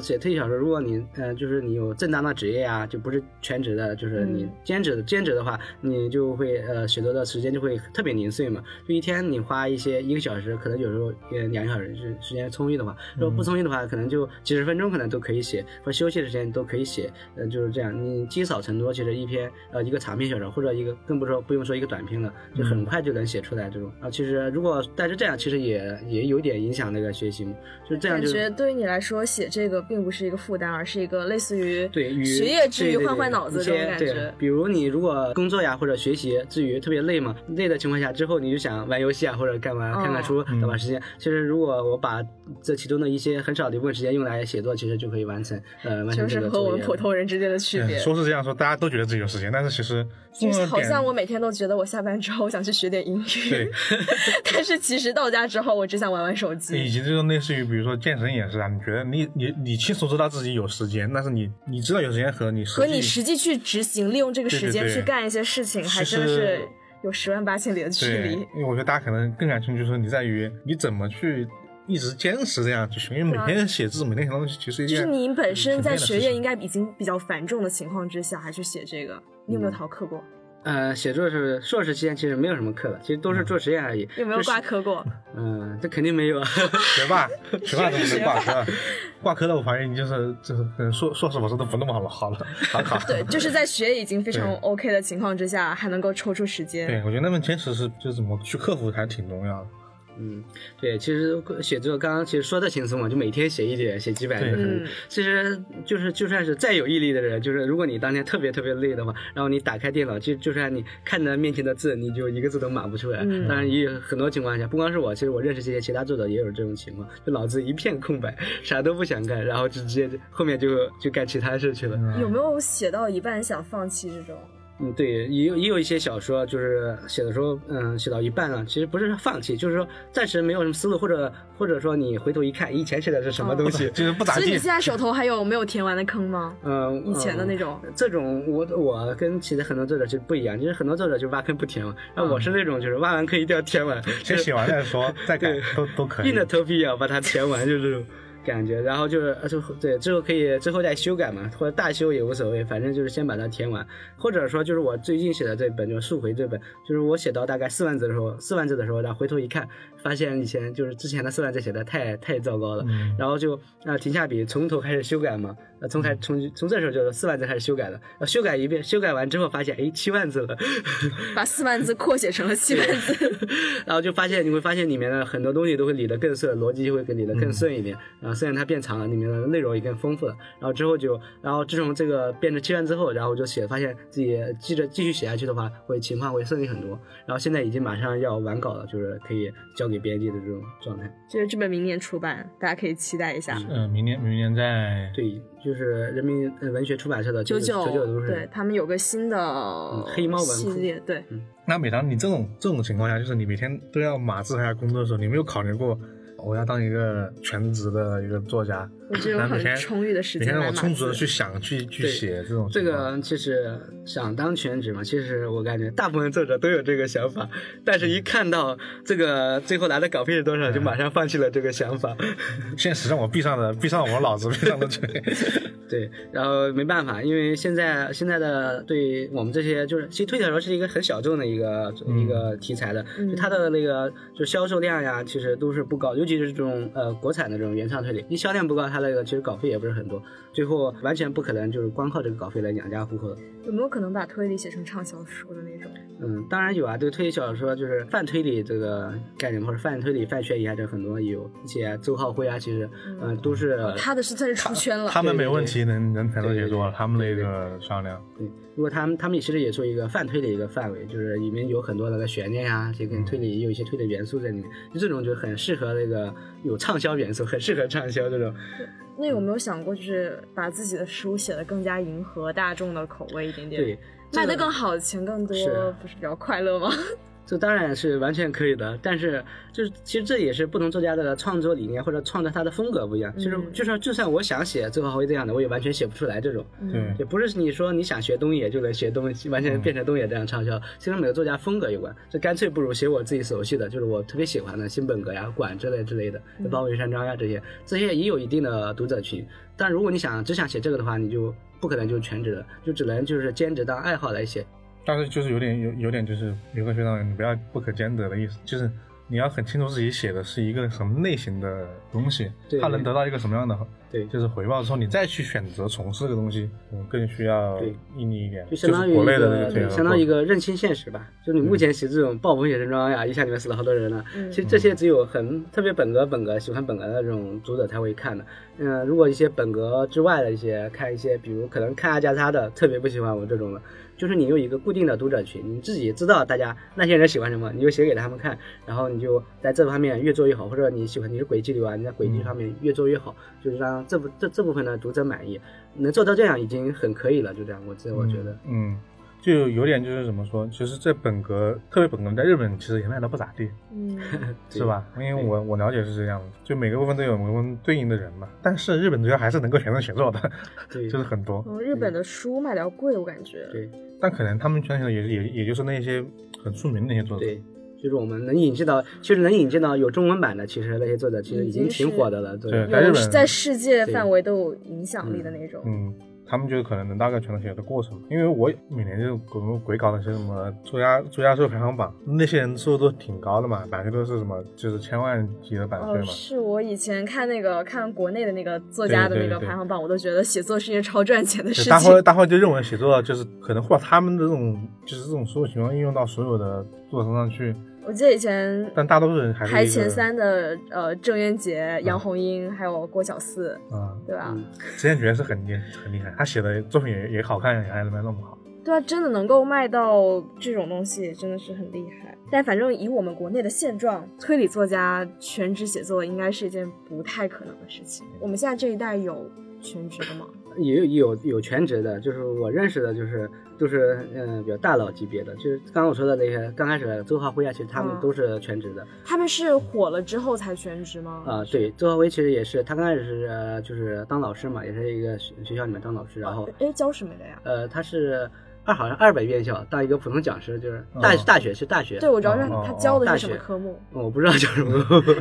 Speaker 3: 写推理小说，如果你呃，就是你有正当的职业呀、就不是全职的，就是你
Speaker 1: 嗯
Speaker 3: 兼职的兼职的话，你就会呃写作的时间就会特别零碎嘛。就一天你花一些一个小时，可能有时候呃两个小时是时间充裕的话，
Speaker 1: 嗯
Speaker 3: 如果不充裕的话，可能就几十分钟可能都可以写，或休息的时间都可以写，呃就是这样。你积少成多，其实一篇呃一个长篇小说或者一个更不说不用说一个短篇了，就很
Speaker 2: 嗯
Speaker 3: 快就能写出来这种啊。其实如果但是这样其实也也有点影响那个学习嘛，就这样
Speaker 1: 感
Speaker 3: 就。
Speaker 1: 觉对于你来说，写这个并不是一个负担，而是一个类似于
Speaker 3: 对，与
Speaker 1: 学业之
Speaker 3: 对
Speaker 1: 余
Speaker 3: 对
Speaker 1: 换
Speaker 3: 对
Speaker 1: 换脑子
Speaker 3: 一
Speaker 1: 这种
Speaker 3: 些
Speaker 1: 感
Speaker 3: 对
Speaker 1: 觉。
Speaker 3: 比如你如果工作呀或者学习之余特别累嘛，累的情况下之后你就想玩游戏啊或者干嘛、
Speaker 1: 哦
Speaker 3: 看看书打发时间。其实如果我把这其中的一些很少的一部分时间用来写作，其实就可以完成呃完成
Speaker 1: 就是
Speaker 3: 这个
Speaker 1: 和我
Speaker 3: 作
Speaker 1: 们
Speaker 3: 业
Speaker 1: 普
Speaker 3: 了。
Speaker 1: 通人之间的区别
Speaker 2: 嗯。说是这样说，大家都觉得自己有时间，但是其实
Speaker 1: 就
Speaker 2: 重要
Speaker 1: 是
Speaker 2: 的
Speaker 1: 好
Speaker 2: 哦点
Speaker 1: 像我每天都觉得我下班之后我想去学点英语
Speaker 2: 对，
Speaker 1: 但是其实到家之后我只想玩玩手机。
Speaker 2: 以及就是类似于，比如说健身也是啊，你觉得你你你清楚知道自己有时间，但是你你知道有时间和你实
Speaker 1: 和你
Speaker 2: 际
Speaker 1: 实际去执行，利用这个时间
Speaker 2: 对对对
Speaker 1: 去干一些事情，还
Speaker 2: 其实
Speaker 1: 真的是有十万八千里的距
Speaker 2: 对，
Speaker 1: 离。
Speaker 2: 因为我觉得大家可能更感兴趣，就是你在于你怎么去一直坚持这样去学，因为
Speaker 1: 对啊
Speaker 2: 每天写字，每天写东西，其实一
Speaker 1: 就是
Speaker 2: 件
Speaker 1: 你本身在学
Speaker 2: 很累的事
Speaker 1: 业
Speaker 2: 情
Speaker 1: 应该已经比较繁重的情况之下，还去写这个，你有
Speaker 2: 嗯
Speaker 1: 没有逃课过？
Speaker 3: 呃，写作是硕士期间其实没有什么课了，其实都是做实验而已。
Speaker 1: 有没有挂科过？
Speaker 3: 嗯，这肯定没 有啊。
Speaker 2: 学霸，学霸怎么能挂
Speaker 1: 学
Speaker 2: 科？啊挂科的我发现就是就是可能硕硕士博士都不那么好了，好了，好考。
Speaker 1: 对，就是在学业已经非常
Speaker 2: 对
Speaker 1: OK 的情况之下，还能够抽出时间。
Speaker 2: 对，我觉得那份坚持是就是怎么去克服还挺重要的。
Speaker 3: 嗯，对，其实写作刚刚其实说的轻松嘛，就每天写一点，写几百字
Speaker 2: 对
Speaker 3: 可能
Speaker 1: 嗯。
Speaker 3: 其实就是就算是再有毅力的人，就是如果你当天特别特别累的话，然后你打开电脑，就就算你看着面前的字，你就一个字都码不出来。
Speaker 1: 嗯
Speaker 3: 当然也有很多情况下，不光是我，其实我认识这些其他作者也有这种情况，就脑子一片空白，啥都不想干，然后就直接后面就就干其他事去了。
Speaker 1: 有
Speaker 2: 嗯
Speaker 1: 没有写到一半想放弃这种？
Speaker 3: 嗯，对，也有也有一些小说，就是写的时候，嗯，写到一半了，其实不是放弃，就是说暂时没有什么思路，或者或者说你回头一看，以前写的是什么东西，
Speaker 2: 就是不咋
Speaker 1: 所以你
Speaker 2: 地
Speaker 1: 现。在手头还有没有填完的坑吗？
Speaker 3: 嗯，
Speaker 1: 哦以前的那种
Speaker 3: 嗯这种我我跟其他很多作者其实不一样，就是很多作者就挖坑不填嘛，那
Speaker 1: 嗯
Speaker 3: 我是那种就是挖完坑一定要 填完，
Speaker 2: 先写完再说，再改
Speaker 3: 对
Speaker 2: 都都可以
Speaker 3: 硬。着头皮也要把它填完，就是这种感觉。然后就是呃就对，之后可以之后再修改嘛，或者大修也无所谓，反正就是先把它填完。或者说就是我最近写的这本，就是《速回》这本，就是我写到大概四万字的时候，四万字的时候，然后回头一看，发现以前就是之前的四万字写的太太糟糕了，
Speaker 2: 嗯
Speaker 3: 然后就啊、呃停下笔，从头开始修改嘛，呃、从开从从这时候就是四万字开始修改了，呃、修改一遍，修改完之后发现哎七万字了，
Speaker 1: 把四万字扩写成了七万字，
Speaker 3: 然后就发现你会发现里面的很多东西都会理得更顺，逻辑就会给理得
Speaker 1: 嗯
Speaker 3: 更顺一点。然后虽然它变长了，里面的内容也更丰富了。然后之后就，然后自从这个变成七万之后，然后我就写，发现自己记着继续写下去的话，会情况会顺利很多。然后现在已经马上要完稿了，就是可以交给编辑的这种状态。
Speaker 1: 就是这本明年出版，大家可以期待一下。
Speaker 2: 嗯、明年明年再
Speaker 3: 对，就是人民呃文学出版社的
Speaker 1: 九
Speaker 3: 九
Speaker 1: 九
Speaker 3: 九都
Speaker 1: 对
Speaker 3: 是。
Speaker 1: 他们有个新
Speaker 2: 嗯
Speaker 1: 的
Speaker 3: 黑猫文库
Speaker 1: 系列， 对，
Speaker 2: 那美棠，你这种这种情况下，就是你每天都要码字还要工作的时候，你有没有考虑过我要当一个全职的一个作家？
Speaker 1: 我只有
Speaker 2: 然后每
Speaker 1: 很
Speaker 2: 天
Speaker 1: 充裕的时
Speaker 2: 每
Speaker 1: 间
Speaker 2: 天让
Speaker 1: 来
Speaker 2: 我
Speaker 1: 码
Speaker 2: 充足的
Speaker 1: 字
Speaker 2: 去想、去去
Speaker 3: 对
Speaker 2: 写这种
Speaker 3: 这
Speaker 2: 情况。
Speaker 3: 个其实想当全职嘛，其实我感觉大部分作者都有这个想法，但是一看到这个最后拿的稿费是多少，就马上放弃了这个想法。
Speaker 2: 现实让我闭上了，闭上我脑子，闭上了嘴。
Speaker 3: 对，然后没办法，因为现在现在的对我们这些就是，其实推理小说是一个很小众的一个、一个题材的，
Speaker 1: 嗯
Speaker 3: 就它的那个就销售量呀，其实都是不高，尤其是这种呃国产的这种原创推理，你销量不高，它那个其实稿费也不是很多，最后完全不可能就是光靠这个稿费来养家糊口的。
Speaker 1: 有没有可能把推理写成畅销书的那种？
Speaker 3: 嗯，当然有啊，对推理小说就是泛推理这个概念，或者泛推理、泛悬疑啊，这很多也有。而且周浩辉啊，其实嗯、呃都是
Speaker 1: 哦他的是算是出圈了，
Speaker 2: 他们没问题能能谈到
Speaker 3: 对对
Speaker 2: 杰作，
Speaker 3: 对
Speaker 2: 他们那
Speaker 3: 对
Speaker 2: 个商量，
Speaker 3: 对，如果他们他们其实也做一个泛推理一个范围，就是里面有很多那个悬念啊，这跟推理也有一些推理元素在里面，就这种就很适合那个有畅销元素，很适合畅销这种。
Speaker 1: 那有没有想过，就是把自己的书写的更加迎合大众的口味一点点？
Speaker 3: 对，
Speaker 1: 卖
Speaker 3: 这
Speaker 1: 得
Speaker 3: 种
Speaker 1: 更好，钱更多，
Speaker 3: 是
Speaker 1: 不是比较快乐吗？
Speaker 3: 这当然是完全可以的，但是就是其实这也是不同作家的创作理念或者创作他的风格不一样。就是
Speaker 1: 嗯
Speaker 3: 就说就算我想写周浩辉这样的，我也完全写不出来这种。
Speaker 2: 对
Speaker 1: 嗯，
Speaker 3: 也不是你说你想学东野就能学东，完
Speaker 2: 嗯
Speaker 3: 全变成东野这样畅销。其实每个作家风格有关，这干脆不如写我自己熟悉的，就是我特别喜欢的新本格呀、馆之类之类的，
Speaker 1: 嗯
Speaker 3: 包括山章呀这些，这些也有一定的读者群。但如果你想只想写这个的话，你就不可能就是全职了，就只能就是兼职当爱好来写。
Speaker 2: 但是就是有点有有点就是有个学长，你不要不可兼得的意思，就是你要很清楚自己写的是一个什么类型的东西，
Speaker 3: 对
Speaker 2: 它能得到一个什么样的
Speaker 3: 对，
Speaker 2: 就是回报之后，你再去选择从事这个东西，嗯，更需要
Speaker 3: 对
Speaker 2: 毅力一点，
Speaker 3: 就
Speaker 2: 就
Speaker 3: 相当于
Speaker 2: 是国内的
Speaker 3: 一
Speaker 2: 这
Speaker 3: 个
Speaker 2: 个嗯
Speaker 3: 相当于一个认清现实吧。就你目前写这种暴风雪山庄呀，一下里面死了好多人了。
Speaker 1: 嗯
Speaker 3: 其实这些只有很特别本格、本格喜欢本格的这种读者才会看的。嗯、如果一些本格之外的一些看一些，比如可能看阿加莎的，特别不喜欢我这种的。就是你有一个固定的读者群，你自己知道大家那些人喜欢什么，你就写给他们看，然后你就在这方面越做越好，或者你喜欢你是轨迹流啊，你在轨迹上面越做越好，就是让这部这这部分的读者满意，能做到这样已经很可以了，就这样，我这我觉得。
Speaker 2: 嗯，就有点就是怎么说，其实在本格特别本格在日本其实也卖的不咋地，
Speaker 1: 嗯，
Speaker 2: 是吧？因为我我了解是这样的，就每个部分都有每个部分对应的人嘛。但是日本主要还是能够全身写作的，
Speaker 3: 对？
Speaker 2: 就是很多。
Speaker 1: 嗯日本的书卖的要贵，我感觉。
Speaker 3: 对
Speaker 2: 但可能他们全写的也也也就是那些很出名的那些作者。
Speaker 3: 对，就是我们能引进到，其实能引进到有中文版的，其实那些作者其实已经挺火的了。
Speaker 2: 对
Speaker 3: 对
Speaker 2: 在日
Speaker 1: 有
Speaker 2: 本
Speaker 1: 在世界
Speaker 3: 对
Speaker 1: 范围都有影响力的那种。
Speaker 2: 嗯，他们就可能能大概全能写的过程。因为我每年就鬼鬼搞那些什么作家作家税排行榜，那些人收入都挺高的嘛，版税都是什么就是千万级的版税
Speaker 1: 哦，
Speaker 2: 嘛。
Speaker 1: 是我以前看那个看国内的那个作家的
Speaker 2: 对
Speaker 1: 那
Speaker 2: 对
Speaker 1: 个
Speaker 2: 对
Speaker 1: 排行榜，我都觉得写作是一件超赚钱的
Speaker 2: 对
Speaker 1: 事
Speaker 2: 大伙
Speaker 1: 情。
Speaker 2: 大伙就认为写作就是可能会把他们的这种就是这种所有情况应用到所有的作者身上去，
Speaker 1: 我记得以前
Speaker 2: 但大多数人还是
Speaker 1: 排
Speaker 2: 一个嗯
Speaker 1: 前三的呃郑渊洁、杨红樱还有郭小四，
Speaker 2: 啊、
Speaker 1: 对吧？
Speaker 3: 嗯
Speaker 2: 石彦觉是很厉很厉害，他写的作品也也好看，也还能卖那么好。
Speaker 1: 对啊，真的能够卖到这种东西，真的是很厉害。但反正以我们国内的现状，推理作家全职写作应该是一件不太可能的事情。我们现在这一代有全职的吗？
Speaker 3: 也有有有全职的，就是我认识的，就是都是嗯、呃比较大佬级别的，就是刚刚我说的那些，刚开始的周浩辉啊，其实他们
Speaker 1: 嗯
Speaker 3: 都是全职的。
Speaker 1: 他们是火了之后才全职吗？
Speaker 3: 啊、对，周浩辉其实也是，他刚开始是、呃就是当老师嘛，也是一个学学校里面当老师，然后
Speaker 1: 哎，教什么的呀？
Speaker 3: 呃他是二好像二本院校当一个普通讲师，就是大、
Speaker 2: 哦
Speaker 3: 大学是大学，
Speaker 1: 对，我知道是
Speaker 2: 哦
Speaker 1: 他教的
Speaker 3: 大
Speaker 1: 是什
Speaker 3: 学
Speaker 1: 么科目，
Speaker 3: 我不知道叫 什么。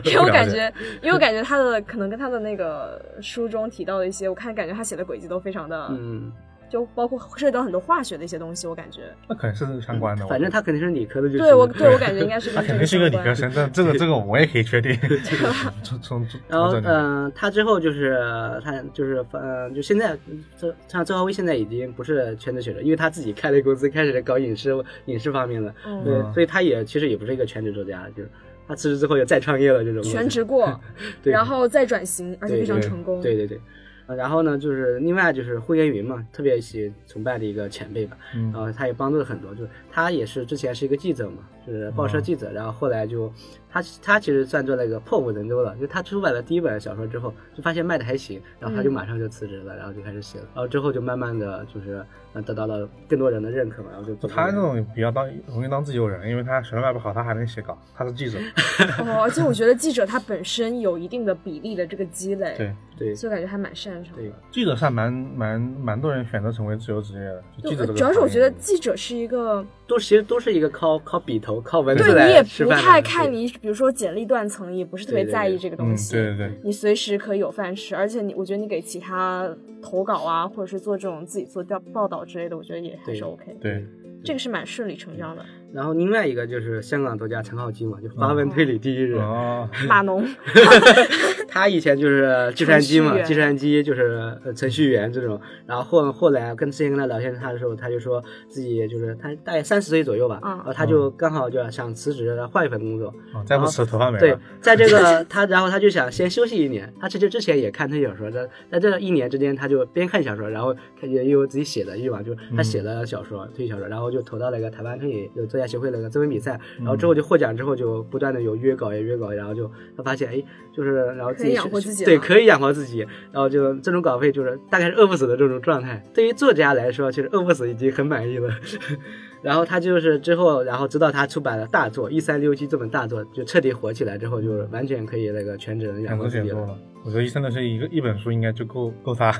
Speaker 1: 因为我
Speaker 2: 了
Speaker 1: 感
Speaker 2: 解
Speaker 1: 觉，因为我感觉他的可能跟他的那个书中提到的一些，我看感觉他写的轨迹都非常的，
Speaker 3: 嗯，
Speaker 1: 就包括涉及到很多化学的一些东西，我感觉，
Speaker 2: 那可能是相关的。
Speaker 3: 反正他肯定是理科的，就是
Speaker 1: 对我对我 感觉应该是
Speaker 2: 他
Speaker 1: 跟这
Speaker 2: 肯定是
Speaker 1: 相
Speaker 2: 个理
Speaker 1: 关
Speaker 2: 科生，但这个这个我也可以确定。 从从从
Speaker 3: 然后，
Speaker 2: 这
Speaker 3: 嗯、
Speaker 2: 里
Speaker 3: 他之后就是他就是，呃，就现在，这像周浩辉现在已经不是全职学者，因为他自己开了公司，开始搞影视影视方面的，对，
Speaker 1: 嗯，
Speaker 3: 所以他也其实也不是一个全职作家，就是他辞职之后也再创业了这种。
Speaker 1: 全职过，
Speaker 3: 对，
Speaker 1: 然后再转型，而且
Speaker 3: 对
Speaker 1: 非常
Speaker 2: 对
Speaker 1: 成功，
Speaker 3: 对对对。呃然后呢，就是另外就是呼延云嘛，特别喜崇拜的一个前辈吧，
Speaker 2: 嗯
Speaker 3: 然后呃他也帮助了很多，就是他也是之前是一个记者嘛，就是报
Speaker 2: 嗯
Speaker 3: 社记者，然后后来就他他其实算作那个破釜沉舟了，就他出版了第一本小说之后，就发现卖的还行，然后他就
Speaker 1: 嗯
Speaker 3: 马上就辞职了，然后就开始写了，然后之后就慢慢的就是呃得到了更多人的认可嘛，然后就
Speaker 2: 就哦他这种比较当容易当自由人，因为他学校卖不好，他还能写稿，他是记者。
Speaker 1: 哦，而且我觉得记者他本身有一定的比例的这个积累，
Speaker 2: 对，
Speaker 3: 对
Speaker 1: 所以感觉还蛮擅长
Speaker 3: 对
Speaker 1: 的。
Speaker 2: 记者上蛮蛮蛮多人选择成为自由职业的，就
Speaker 1: 对
Speaker 2: 记者这个行业。
Speaker 1: 主要是我觉得记者是一个
Speaker 3: 都其实都是一个靠靠笔头、靠文字
Speaker 1: 对你也
Speaker 3: 来吃
Speaker 1: 不
Speaker 3: 饭的
Speaker 1: 太
Speaker 3: 东西
Speaker 1: 看你，比如说简历断层，也不是特别
Speaker 3: 对对
Speaker 1: 在意
Speaker 3: 对
Speaker 1: 这个
Speaker 2: 嗯
Speaker 1: 东，西。
Speaker 2: 对对对，
Speaker 1: 你随时可以有饭吃，而且你，我觉得你给其他投稿啊，或者是做这种自己做调报道之类的，我觉得也还是
Speaker 3: 对
Speaker 1: OK 的。
Speaker 2: 对，
Speaker 1: 这个是蛮顺理成章 的。
Speaker 3: 然后另外一个就是香港作家陈浩基嘛，就华文
Speaker 1: 嗯
Speaker 3: 推理第一人，
Speaker 2: 哦，
Speaker 1: 码农，
Speaker 3: 他以前就是计算机
Speaker 1: 程序
Speaker 3: 嘛，
Speaker 1: 员
Speaker 3: 计算机就是呃程序员这种。然后后后来跟之前跟他聊天他的时候，他就说自己就是他大概三十岁左右吧，
Speaker 1: 嗯
Speaker 3: 然后他就刚好就想辞职，然后换一份工作。
Speaker 2: 哦再不吃头发没
Speaker 3: 对
Speaker 2: 了。，
Speaker 3: 在这个他，然后他就想先休息一年。他其实之前也看推理小说，在在这一年之间，他就边看小说，然后看也有自己写的欲望，就是他写了小说、推理小说，然后就投到了一个台湾推理就作家协会的一个征文比赛，然后之后就获奖之后就不断的有约稿也约稿，然后就他发现哎，就是然后自
Speaker 1: 可以
Speaker 3: 己
Speaker 1: 养活
Speaker 3: 是
Speaker 1: 自己
Speaker 3: 对，
Speaker 1: 了
Speaker 3: 可以养活自己，然后就这种稿费就是大概是饿不死的这种状态。对于作家来说，其实饿不死已经很满意了。然后他就是之后，然后直到他出版了大作《一三六七》这本大作，就彻底火起来之后，就是完全可以那个全职能养
Speaker 2: 两
Speaker 3: 活
Speaker 2: 个
Speaker 3: 自
Speaker 2: 写
Speaker 3: 己
Speaker 2: 作
Speaker 3: 了。
Speaker 2: 了，我觉得一三六七一个一本书应该就够够他，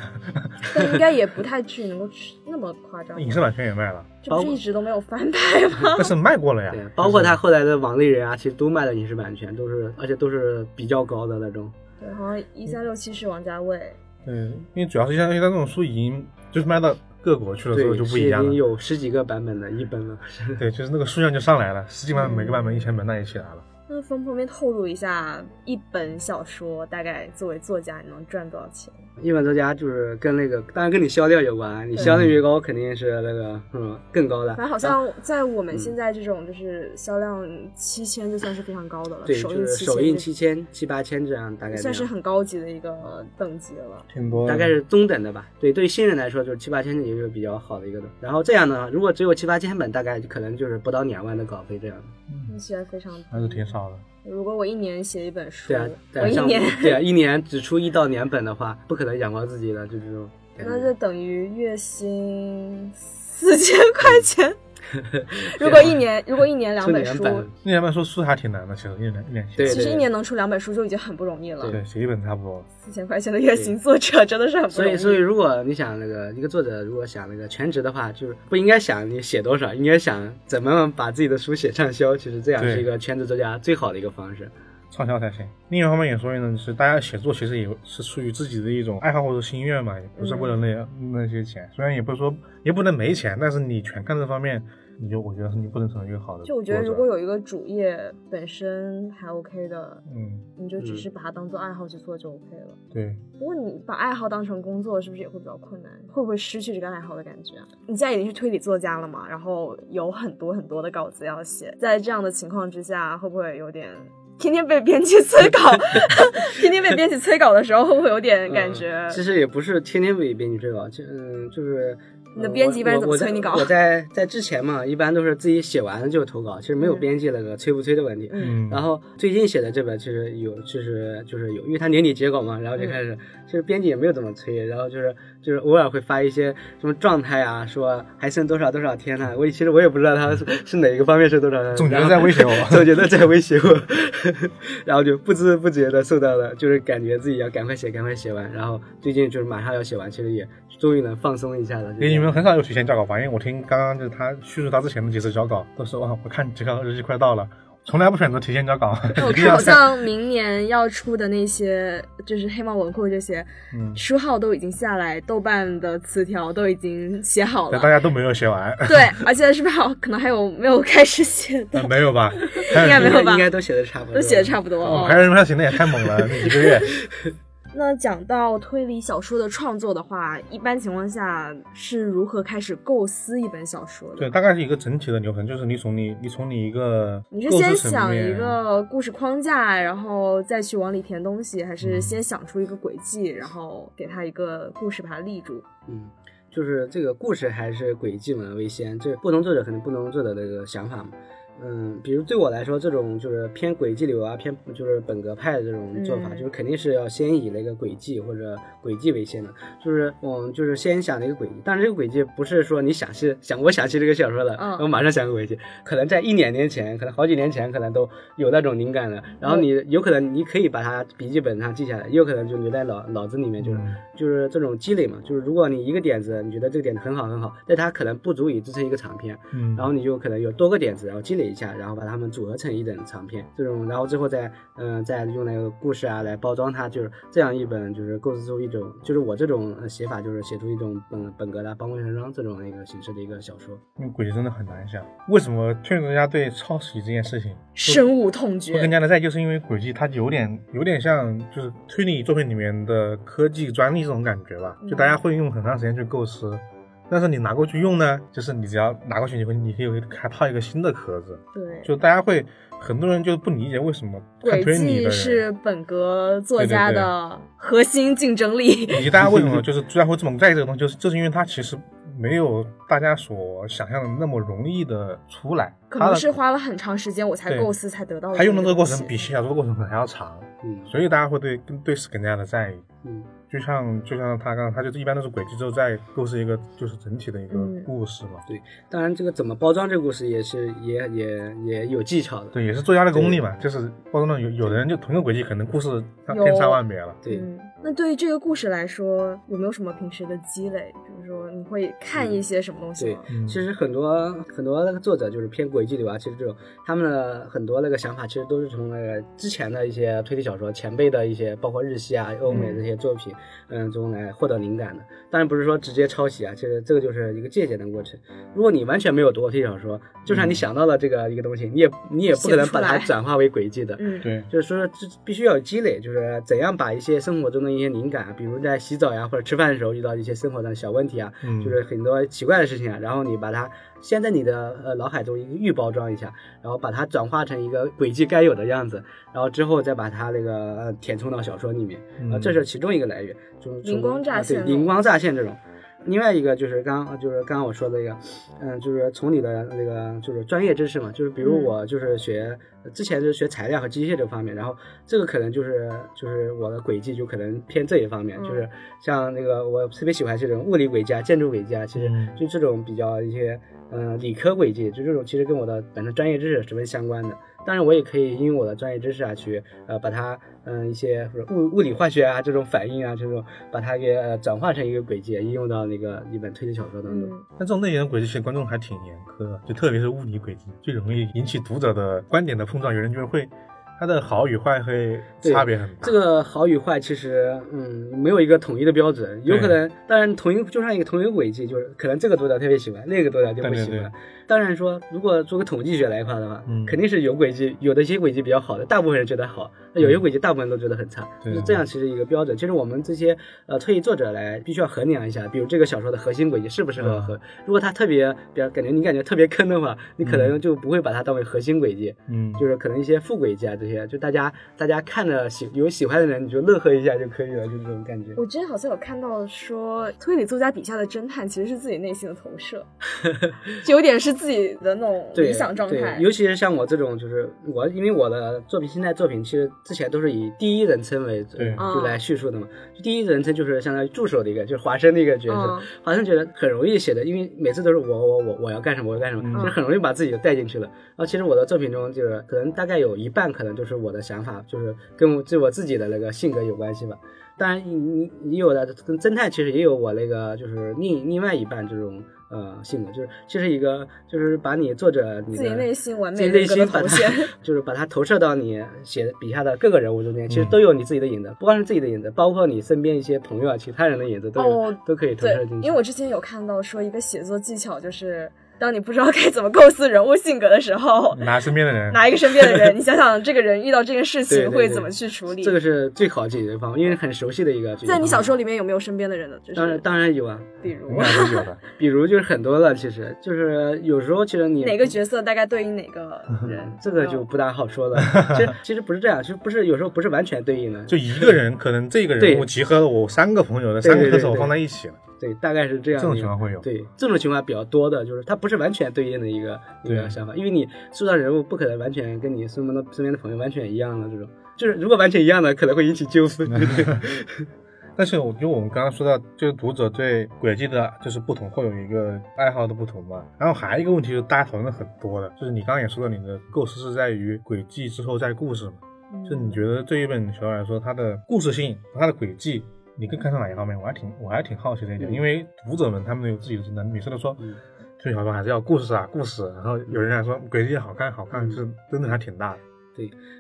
Speaker 1: 但应该也不太至于能够吃那么夸张。
Speaker 2: 影视版权也卖了，
Speaker 1: 这不是一直都没有翻拍 吗？
Speaker 2: 但是卖过了呀
Speaker 3: 啊对，，啊包括他后来的《网内人》啊，
Speaker 2: 嗯
Speaker 3: 其实都卖了影视版权，都是而且都是比较高的那种。
Speaker 1: 对，好像一三六七是王家卫，
Speaker 2: 嗯，因为主要是像像这种书已经就是卖到各国去了之后
Speaker 3: 对，
Speaker 2: 就不
Speaker 3: 是
Speaker 2: 一
Speaker 3: 已
Speaker 2: 样
Speaker 3: 经
Speaker 2: 了，
Speaker 3: 有十几个版本了，一本了。
Speaker 2: 对，就是那个数量就上来了，实际
Speaker 1: 嗯
Speaker 2: 上每个版本一千本那也起来了。
Speaker 1: 那从旁边透露一下，一本小说大概作为作家你能赚多少钱？
Speaker 3: 一本作家就是跟那个，当然跟你销量有关，你销量越
Speaker 2: 嗯
Speaker 3: 高，肯定是那个嗯更高的。
Speaker 1: 反正好
Speaker 3: 嗯
Speaker 1: 像在我们现在这种就是销量七千就算是非常高的了，
Speaker 3: 对，
Speaker 1: 首
Speaker 3: 就
Speaker 1: 印
Speaker 3: 是
Speaker 1: 七
Speaker 3: 首印
Speaker 1: 千
Speaker 3: 七千、七八千这样，大概
Speaker 1: 就
Speaker 3: 这
Speaker 1: 算是
Speaker 3: 样
Speaker 1: 很高级的一个等级了。
Speaker 2: 挺多的，
Speaker 3: 大概是中等的吧。对，对于新人来说，就是七八千也就是比较好的一个的。然后这样呢，如果只有七八千本，大概可能就是不到两万的稿费这样的。
Speaker 1: 听起来非常低
Speaker 2: 还是嗯挺少的。
Speaker 1: 如果我一年写一本书，
Speaker 3: 对啊，对
Speaker 1: 我
Speaker 3: 啊，
Speaker 1: 一
Speaker 3: 像
Speaker 1: 年，
Speaker 3: 对啊，一年只出一到两本的话，不可能养活自己的，就这种感
Speaker 1: 那
Speaker 3: 觉。
Speaker 1: 就等于月薪四千块 钱。如果一年，如果一年两
Speaker 3: 出
Speaker 1: 本
Speaker 3: 两
Speaker 1: 书，
Speaker 3: 本，
Speaker 2: 那前半说书还挺难的，其实一两一两
Speaker 3: 对
Speaker 1: 其
Speaker 2: 千，
Speaker 1: 实一年能出两本书就已经很不容易了。
Speaker 2: 对，写一本差不多了。
Speaker 1: 四千块钱的月薪，作者真的是很不
Speaker 3: 所
Speaker 1: 容易。
Speaker 3: 以，所以如果你想那个一个作者，如果想那个全职的话，就是不应该想你写多少，应该想怎么把自己的书写畅销。其实这样
Speaker 2: 对
Speaker 3: 是一个全职作家最好的一个方式。
Speaker 2: 畅销才行。另一方面也说呢，就是大家写作其实也是出于自己的一种爱好或者心愿嘛，也不
Speaker 1: 嗯
Speaker 2: 是为了那、那些钱。虽然也不是说也不能没钱，但是你全看这方面，你就我觉得你不能成为一个好的作者。
Speaker 1: 就我觉得，如果有一个主业本身还 OK 的，
Speaker 2: 嗯，
Speaker 1: 你就只
Speaker 3: 嗯
Speaker 1: 是把它当做爱好去做就 OK 了。
Speaker 2: 对，
Speaker 1: 不过你把爱好当成工作，是不是也会比较困难？会不会失去这个爱好的感觉啊？你现在已经是推理作家了嘛，然后有很多很多的稿子要写，在这样的情况之下，会不会有点天天被编辑催稿？ 天天被编辑催稿的时候，会不会有点感觉
Speaker 3: 嗯？其实也不是天天被编辑催稿，就嗯，就是
Speaker 1: 你的
Speaker 3: 呃
Speaker 1: 编辑一般是
Speaker 3: 我
Speaker 1: 怎么
Speaker 3: 我在
Speaker 1: 催你稿
Speaker 3: 我在在之前嘛，一般都是自己写完了就投稿，其实没有
Speaker 1: 嗯
Speaker 3: 编辑那个催不催的问题。
Speaker 1: 嗯，
Speaker 2: 嗯，
Speaker 3: 然后最近写的这本其实有，就是就是有，因为他年底结稿嘛，然后就开始，其实编辑也没有怎么催，然后就是就是偶尔会发一些什么状态啊，说还剩多少多少天了、我也其实我也不知道他是是哪一个方面是多少天，
Speaker 2: 总觉
Speaker 3: 然
Speaker 2: 得
Speaker 3: 后
Speaker 2: 在威胁我。
Speaker 3: 总觉得 在威胁我，然后就不知不觉的受到了，就是感觉自己要赶快写，赶快写完。然后最近就是马上要写完，其实也终于能放松一下了。
Speaker 2: 因
Speaker 3: 就
Speaker 2: 为你
Speaker 3: 是
Speaker 2: 们很少有提前交稿吧？因为我听刚刚就是他叙述他之前的几次交稿，都是哇，我看这个日期快到了，从来不选择提前交稿，
Speaker 1: 那我
Speaker 2: 一定
Speaker 1: 看
Speaker 2: 要
Speaker 1: 好
Speaker 2: 看。
Speaker 1: 像明年要出的那些，就是黑猫文库这些
Speaker 2: 嗯，
Speaker 1: 书号都已经下来，豆瓣的词条都已经写好
Speaker 2: 但大
Speaker 1: 了。
Speaker 2: 家都没有写完，
Speaker 1: 对，而且是不是好可能还有没有开始写的
Speaker 2: 呃，没 有吧？还有
Speaker 1: 应该没有
Speaker 3: 应
Speaker 1: 吧
Speaker 3: 该应该都写的差不多，
Speaker 1: 都写的差不多。哦
Speaker 2: 哦还有人说他写的也太猛了，那一个月。
Speaker 1: 那讲到推理小说的创作的话，一般情况下是如何开始构思一本小说
Speaker 2: 对，
Speaker 1: 的？
Speaker 2: 大概是一个整体的流程，就是你从你你从你一个
Speaker 1: 你是
Speaker 2: 构
Speaker 1: 先
Speaker 2: 思层
Speaker 1: 想
Speaker 2: 面
Speaker 1: 一个故事框架，然后再去往里填东西，还是
Speaker 2: 嗯
Speaker 1: 先想出一个轨迹，然后给它一个故事把它立住？
Speaker 3: 嗯，就是这个故事还是轨迹嘛为先，这不同作者可能不同作者的那个想法嘛。嗯，比如对我来说，这种就是偏轨迹流啊，偏就是本格派的这种做法，
Speaker 1: 嗯
Speaker 3: 就是肯定是要先以那个轨迹或者轨迹为先的，就是嗯，就是先想那个轨迹，但是这个轨迹不是说你想是想我想起这个小说了，
Speaker 1: 嗯
Speaker 3: 我马上想个轨迹，可能在一两年前，可能好几年前，可能都有那种灵感了，然后
Speaker 1: 嗯
Speaker 3: 你有可能你可以把它笔记本上记下来，也有可能就留在脑脑子里面，就是、
Speaker 2: 嗯
Speaker 3: 就是这种积累嘛，就是如果你一个点子，你觉得这个点子很好很好，但它可能不足以支撑一个长篇。
Speaker 2: 嗯，
Speaker 3: 然后你就可能有多个点子，然后积累一下，然后把它们组合成一本长篇，这种，然后最后再，嗯、再用那个故事啊来包装它，就是这样一本，就是构思出一种，就是我这种呃写法，就是写出一种本本格的帮工成章这种那个形式的一个小说。
Speaker 2: 那轨迹真的很难想。为什么劝人家对抄袭这件事情
Speaker 1: 深恶痛
Speaker 2: 会更
Speaker 1: 绝。
Speaker 2: 加的在意，就是因为轨迹它有点有点像就是推理作品里面的科技专利这种感觉吧，就
Speaker 1: 嗯
Speaker 2: 大家会用很长时间去构思。但是你拿过去用呢，就是你只要拿过去，你会你可以给它套一个新的壳子，
Speaker 1: 对，
Speaker 2: 就大家会很多人就不理解为什么看
Speaker 1: 轨
Speaker 2: 推理
Speaker 1: 迹
Speaker 2: 的
Speaker 1: 是
Speaker 2: 人，
Speaker 1: 本格作家的核心竞争力。
Speaker 2: 以及大家为什么就是居然会这么在意这个东西，就是就是因为它其实没有大家所想象的那么容易的出来，
Speaker 1: 可
Speaker 2: 它
Speaker 1: 能
Speaker 2: 的
Speaker 1: 是花了很长时间我才
Speaker 2: 对
Speaker 1: 构思才得到的。
Speaker 2: 它用的这个过程比写小说的过程可能还要长，
Speaker 3: 嗯
Speaker 2: 所以大家会对更对此更加的在意。
Speaker 3: 嗯
Speaker 2: 就像就像他刚刚，他就是一般都是轨迹之后再构思一个就是整体的一个
Speaker 1: 嗯
Speaker 2: 故事嘛，
Speaker 3: 当然这个怎么包装这个故事也是也也也有技巧的。
Speaker 2: 对，也是作家的功力嘛，就是包括那种有有的人就同一个轨迹，可能故事它千差万别了。
Speaker 3: 对，
Speaker 1: 嗯，那对于这个故事来说，有没有什么平时的积累？比如说你会看一些什么东西 吗？
Speaker 2: 嗯
Speaker 3: 其实很多很多那个作者就是偏轨迹流啊，其实这种他们的很多那个想法，其实都是从那个之前的一些推理小说前辈的一些，包括日系啊、欧美这些作品，嗯，中来获得灵感的。当然不是说直接抄袭啊，其实这个就是一个借鉴的过程。如果你完全没有读过推理小说，就算你
Speaker 2: 嗯
Speaker 3: 想到了这个一个东西，你也你也不可能
Speaker 1: 写
Speaker 3: 把它
Speaker 1: 不出来
Speaker 3: 转化为轨迹的。
Speaker 1: 嗯，
Speaker 2: 对，
Speaker 3: 就是说，这必须要有积累，就是怎样把一些生活中的一些灵感啊，比如在洗澡呀或者吃饭的时候遇到一些生活上的小问题啊，
Speaker 2: 嗯，
Speaker 3: 就是很多奇怪的事情啊，然后你把它先在你的呃脑海中一个预包装一下，然后把它转化成一个轨迹该有的样子，然后之后再把它那个呃填充到小说里面，啊、
Speaker 2: 嗯
Speaker 3: 这是其中一个来源，就是
Speaker 1: 灵光乍现
Speaker 3: 啊
Speaker 1: 那
Speaker 3: 对，
Speaker 1: 种
Speaker 3: 灵光乍现这种。另外一个就是刚就是刚刚我说的那个，嗯，就是从你的那个就是专业知识嘛，就是比如
Speaker 1: 嗯
Speaker 3: 我就是学、之前就是学材料和机械这方面，然后这个可能就是就是我的轨迹就可能偏这一方面，
Speaker 1: 嗯
Speaker 3: 就是像那个我特别喜欢这种物理轨迹啊、建筑轨迹啊，其实
Speaker 2: 嗯
Speaker 3: 就这种比较一些嗯、呃理科轨迹，就这种其实跟我的本身专业知识十分相关的。当然，我也可以因为我的专业知识啊，去呃把它嗯、一些比如物物理化学啊这种反应啊这种，把它给、呃、转化成一个轨迹，应用到那个一本推理小说当中。
Speaker 1: 嗯，
Speaker 2: 但这种类型的轨迹其实观众还挺严苛的，就特别是物理轨迹，最容易引起读者的观点的碰撞，有人就会它的好与坏会
Speaker 3: 对
Speaker 2: 差别很大。
Speaker 3: 这个好与坏其实，嗯，没有一个统一的标准，有可能，当然同一就像一个同一个轨迹，就是可能这个读者特别喜欢，那个读者就不喜欢。
Speaker 2: 对对对
Speaker 3: 当然说，如果做个统计学来看的话，
Speaker 2: 嗯
Speaker 3: 肯定是有轨迹，有的一些轨迹比较好的，大部分人觉得好；那有些
Speaker 2: 嗯
Speaker 3: 轨迹，大部分都觉得很差。
Speaker 2: 对
Speaker 3: 就是这样，其实一个标准。其实我们这些呃推理作者来必须要衡量一下，比如这个小说的核心轨迹适不适合
Speaker 2: 嗯
Speaker 3: 和，如果它特别，比如感觉你感觉特别坑的话，你可能
Speaker 2: 嗯
Speaker 3: 就不会把它当为核心轨迹。
Speaker 2: 嗯，
Speaker 3: 就是可能一些副轨迹啊这些，就大家大家看着喜有喜欢的人你就乐呵一下就可以了，就这种感觉。
Speaker 1: 我之前好像有看到说，推理作家笔下的侦探其实是自己内心的投 射，就有点是自己的那种
Speaker 3: 对
Speaker 1: 理想状态
Speaker 3: 对，。尤其是像我这种，就是我，因为我的作品现在作品其实之前都是以第一人称为
Speaker 2: 对
Speaker 1: 啊
Speaker 3: 就来叙述的嘛。就第一人称就是相当于助手的一个，就是华生的一个角色
Speaker 1: 嗯。
Speaker 3: 华生觉得很容易写的，因为每次都是我我我我要干什么我要干什么，
Speaker 2: 嗯
Speaker 3: 就是很容易把自己带进去了。然后其实我的作品中就是可能大概有一半可能就是我的想法，就是跟我就我自己的那个性格有关系吧。当然，你你你有的跟侦探其实也有我那个就是另另外一半这种呃性格，就是这是一个就是把你作者你的
Speaker 1: 自己内心完
Speaker 3: 自
Speaker 1: 美
Speaker 3: 己内
Speaker 1: 人格的
Speaker 3: 心把
Speaker 1: 头
Speaker 3: 它
Speaker 1: 衔，
Speaker 3: 就是把它投射到你写的笔下的各个人物中间，其实
Speaker 2: 嗯
Speaker 3: 都有你自己的影子，不光是自己的影子，包括你身边一些朋友啊、其他人的影子都有、
Speaker 1: 哦
Speaker 3: 都可以投
Speaker 1: 对
Speaker 3: 射进，去。
Speaker 1: 因为我之前有看到说一个写作技巧就是，当你不知道该怎么构思人物性格的时 候，
Speaker 2: 拿身边的人，
Speaker 1: 拿一个身边的人，你想想这个人遇到这件事
Speaker 3: 对
Speaker 1: 情
Speaker 3: 对
Speaker 1: 会
Speaker 3: 对
Speaker 1: 怎么去处理？
Speaker 3: 这个是最好解决的方法，因为很熟悉的一个解决方法。
Speaker 1: 在你
Speaker 2: 嗯
Speaker 1: 小说里面有没有身边的人呢？就是
Speaker 3: 当然当然有啊，
Speaker 1: 比如
Speaker 2: 我们俩都有的。
Speaker 3: 比如就是很多了，其实就是有时候其实你 嗯，
Speaker 1: 哪个角色大概对应哪 个人
Speaker 3: 这个就不大好说了。其实其实不是这样，其实不是有时候不是完全对应的，
Speaker 2: 就一个人，可能这个人
Speaker 3: 对
Speaker 2: 物集合了我三个朋友的三
Speaker 3: 对
Speaker 2: 个
Speaker 3: 对
Speaker 2: 手
Speaker 3: 对
Speaker 2: 放在一起了，
Speaker 3: 对，大概是这样。
Speaker 2: 这种情况会有
Speaker 3: 对，这种情况比较多的，就是它不是完全对应的一个一个
Speaker 2: 对
Speaker 3: 想法，因为你塑造人物不可能完全跟你身边的身边的朋友完全一样的这种。就是如果完全一样的，可能会引起 纠纷。
Speaker 2: 但是我因为我们刚刚说到，就是读者对轨迹的就是不同，会有一个爱好的不同嘛。然后还有一个问题就是大家讨论的很多的，就是你刚刚也说到你的构思是在于轨迹之后再故事嘛。就
Speaker 1: 嗯
Speaker 2: 你觉得对一本小说来说，它的故事性、它的轨迹，你更看重哪一方面？我还挺我还挺好奇这一点，
Speaker 3: 嗯
Speaker 2: 因为读者们他们有自己的男女生都说。
Speaker 3: 嗯
Speaker 2: 推理小说还是要故事啊，故事。然后有人还说轨迹好看，好看，
Speaker 3: 嗯
Speaker 2: 就是真的还挺大的。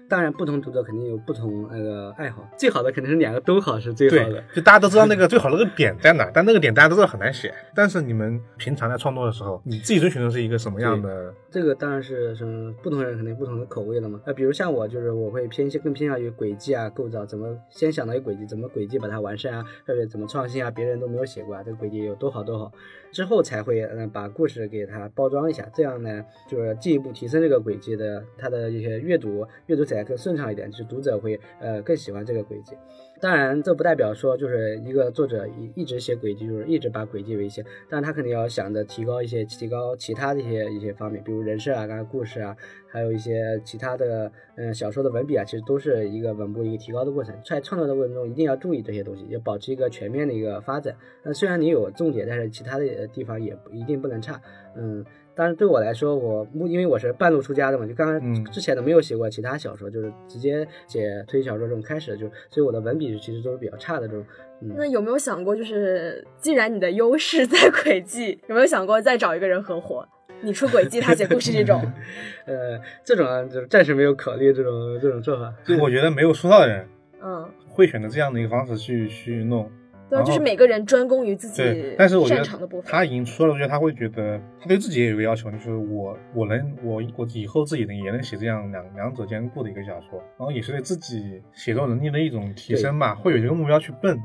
Speaker 3: 当然，不同读者肯定有不同那个爱好，最好的肯定是两个都好是最好
Speaker 2: 对
Speaker 3: 的。，
Speaker 2: 就大家都知道那个最好的那个点在哪，但那个点大家都知道很难写。但是你们平常在创作的时候，你自己追寻的是一个什么样的？
Speaker 3: 这个当然是什么不同人肯定不同的口味了嘛。呃，比如像我就是我会偏向更偏向于轨迹啊构造，怎么先想到一个轨迹，怎么轨迹把它完善啊，或者怎么创新啊，别人都没有写过啊，这个轨迹有多好多好，之后才会嗯、呃把故事给它包装一下，这样呢就是进一步提升这个轨迹的它的一些阅读阅读起来更顺畅一点，就是读者会呃更喜欢这个轨迹。当然，这不代表说就是一个作者一一直写轨迹，就是一直把轨迹为一些但他肯定要想着提高一些，提高其他的一些一些方面，比如人设啊，刚才故事啊，还有一些其他的，嗯，小说的文笔啊，其实都是一个稳步一个提高的过程。在创作的过程中，一定要注意这些东西，要保持一个全面的一个发展。那虽然你有重点，但是其他的呃地方也不一定不能差，嗯。但是对我来说，我目因为我是半路出家的嘛，就刚
Speaker 2: 嗯
Speaker 3: 刚之前都没有写过其他小说，就是直接写推理小说这种开始，就所以我的文笔其实都是比较差的这种。嗯，
Speaker 1: 那有没有想过，就是既然你的优势在轨迹， 有没有想过再找一个人合伙？你出轨迹，他写故事这 种，
Speaker 3: 呃，这种啊，就是暂时没有考虑这种这种做法。
Speaker 2: 就我觉得没有说到的人
Speaker 1: 嗯，
Speaker 2: 会选择这样的一个方式去去弄。
Speaker 1: 对啊，
Speaker 2: 然后
Speaker 1: 就是每个人专攻于自己
Speaker 2: 对，但是我觉
Speaker 1: 擅长的部
Speaker 2: 得
Speaker 1: 分。
Speaker 2: 他已经说了，我觉得他会觉得他对自己也有个要求，就是我我能我我以后自己能也能写这样两两者兼顾的一个小说，然后也是对自己写作能力的一种提升吧，会有一个目标去奔。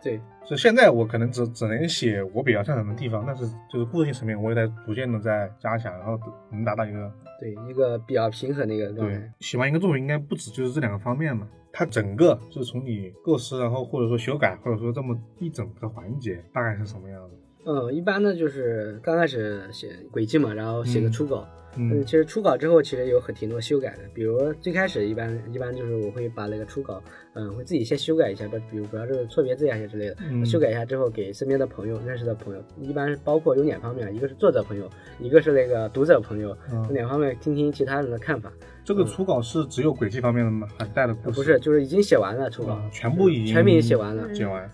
Speaker 3: 对，
Speaker 2: 就现在我可能只只能写我比较擅长的地方，但是就是固定层面我也在逐渐的在加强，然后能达到一个
Speaker 3: 对，一个比较平衡的一个状
Speaker 2: 对
Speaker 3: 态。
Speaker 2: 喜欢一个作品应该不止就是这两个方面嘛，它整个就是从你构思，然后或者说修改，或者说这么一整个环节大概是什么样的？
Speaker 3: 嗯，一般呢就是刚开始写轨迹嘛，然后写个
Speaker 2: 嗯
Speaker 3: 初稿。嗯，
Speaker 2: 嗯
Speaker 3: 其实初稿之后其实有很挺多修改的，比如最开始一般一般就是我会把那个初稿，嗯，会自己先修改一下，把比如主要是错别字呀之类的，
Speaker 2: 嗯，
Speaker 3: 修改一下之后给身边的朋友、认识的朋友，一般包括有两方面，一个是作者朋友，一个是那个读者朋友，
Speaker 2: 嗯
Speaker 3: 这两方面听听其他人的看法。
Speaker 2: 这个初稿是只有轨迹方面的吗？还带了故
Speaker 3: 呃
Speaker 2: 事？
Speaker 3: 不是，，就是已经写完了初稿
Speaker 2: 啊，全部已经
Speaker 3: 全面写完了，
Speaker 2: 写完，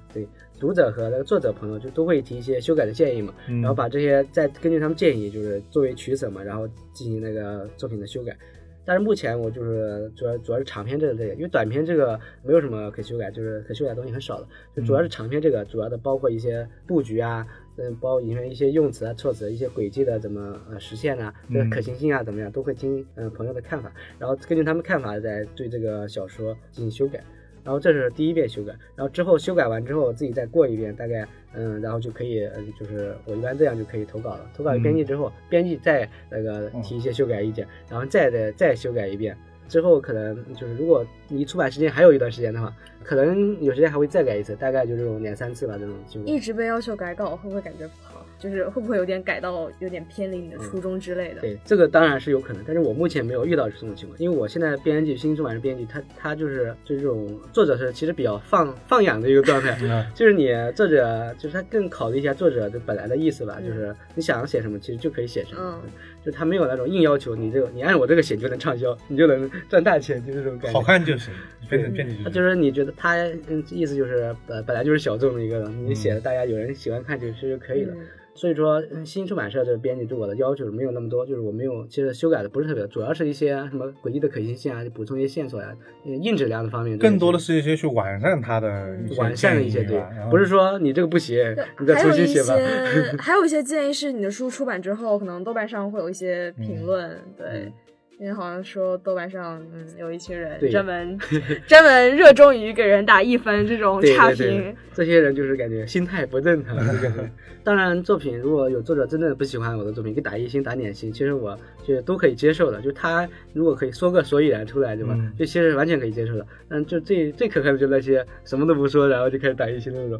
Speaker 3: 读者和那个作者朋友就都会提一些修改的建议嘛，
Speaker 2: 然
Speaker 3: 然后把这些再根据他们建议，就是作为取舍嘛，然后进行那个作品的修改。但是目前我就是主要主要是长篇这个类，因为短篇这个没有什么可修改，就是可修改的东西很少了。就主要是长篇这个，主要的包括一些布局啊，嗯，包括里面一些用词啊、措辞、一些轨迹的怎么呃实现啊，这个
Speaker 2: 嗯
Speaker 3: 可行性啊怎么样，都会听嗯、呃朋友的看法，然后根据他们看法再对这个小说进行修改。然后这是第一遍修改，然后之后修改完之后自己再过一遍，大概嗯，然后就可以，嗯，就是我一般这样就可以投稿了。投稿给编辑之后，编辑再那个提一些修改意见，然后再再再修改一遍。之后可能就是如果离出版时间还有一段时间的话，可能有时间还会再改一次，大概就这种两三次吧，这种修
Speaker 1: 一
Speaker 3: 改。
Speaker 1: 直被要求改稿，会不会感觉不好？就是会不会有点改到有点偏离你的
Speaker 2: 嗯
Speaker 1: 初衷之类的？
Speaker 3: 对，这个当然是有可能，但是我目前没有遇到这种情况，因为我现在编辑新出版社编辑，他他就是就这种作者是其实比较放放养的一个状态，
Speaker 2: 嗯
Speaker 3: 就是你作者，就是他更考虑一下作者的本来的意思吧，
Speaker 1: 嗯
Speaker 3: 就是你想写什么，其实就可以写什么，
Speaker 1: 嗯
Speaker 3: 就他没有那种硬要求你这个，你按我这个写你就能畅销，你就能赚大钱，就这种感觉。
Speaker 2: 好，看就行，变成
Speaker 1: 对
Speaker 2: 变成
Speaker 3: 就是是你觉得他嗯意思就是呃本来就是小众的一个，
Speaker 2: 嗯
Speaker 3: 你写的大家有人喜欢看就其实就可以了。
Speaker 1: 嗯
Speaker 3: 所以说，嗯新出版社这个编辑对我的要求没有那么多，就是我没有其实修改的不是特别多，主要是一些什么轨迹的可行性啊，补充一些线索呀、嗯硬质量的方面。
Speaker 2: 更多的是一些去完善它的一些
Speaker 3: 完善了一些，
Speaker 2: 建议
Speaker 3: 对
Speaker 2: 吧然，后
Speaker 3: 不是说你这个不行，你再
Speaker 1: 还
Speaker 3: 重
Speaker 1: 有
Speaker 3: 新
Speaker 1: 一
Speaker 3: 写吧。
Speaker 1: 些，还有一些建议是你的书出版之后，可能豆瓣上会有一些评论，对
Speaker 3: 嗯，
Speaker 1: 因为好像说豆瓣上，嗯，有一群人
Speaker 3: 对
Speaker 1: 专 门专门热衷于给人打一分这种
Speaker 3: 对
Speaker 1: 差
Speaker 3: 对
Speaker 1: 评。
Speaker 3: 对，这些人就是感觉心态不正常。这 个当然，作品如果有作者真的不喜欢我的作品，给打一星、打两星，其实我就都可以接受的。就他如果可以说个所以然出来，对吧？
Speaker 2: 嗯
Speaker 3: 就其实完全可以接受的。嗯，就最最可恨的就是那些什么都不说，然后就开始打一星的那种。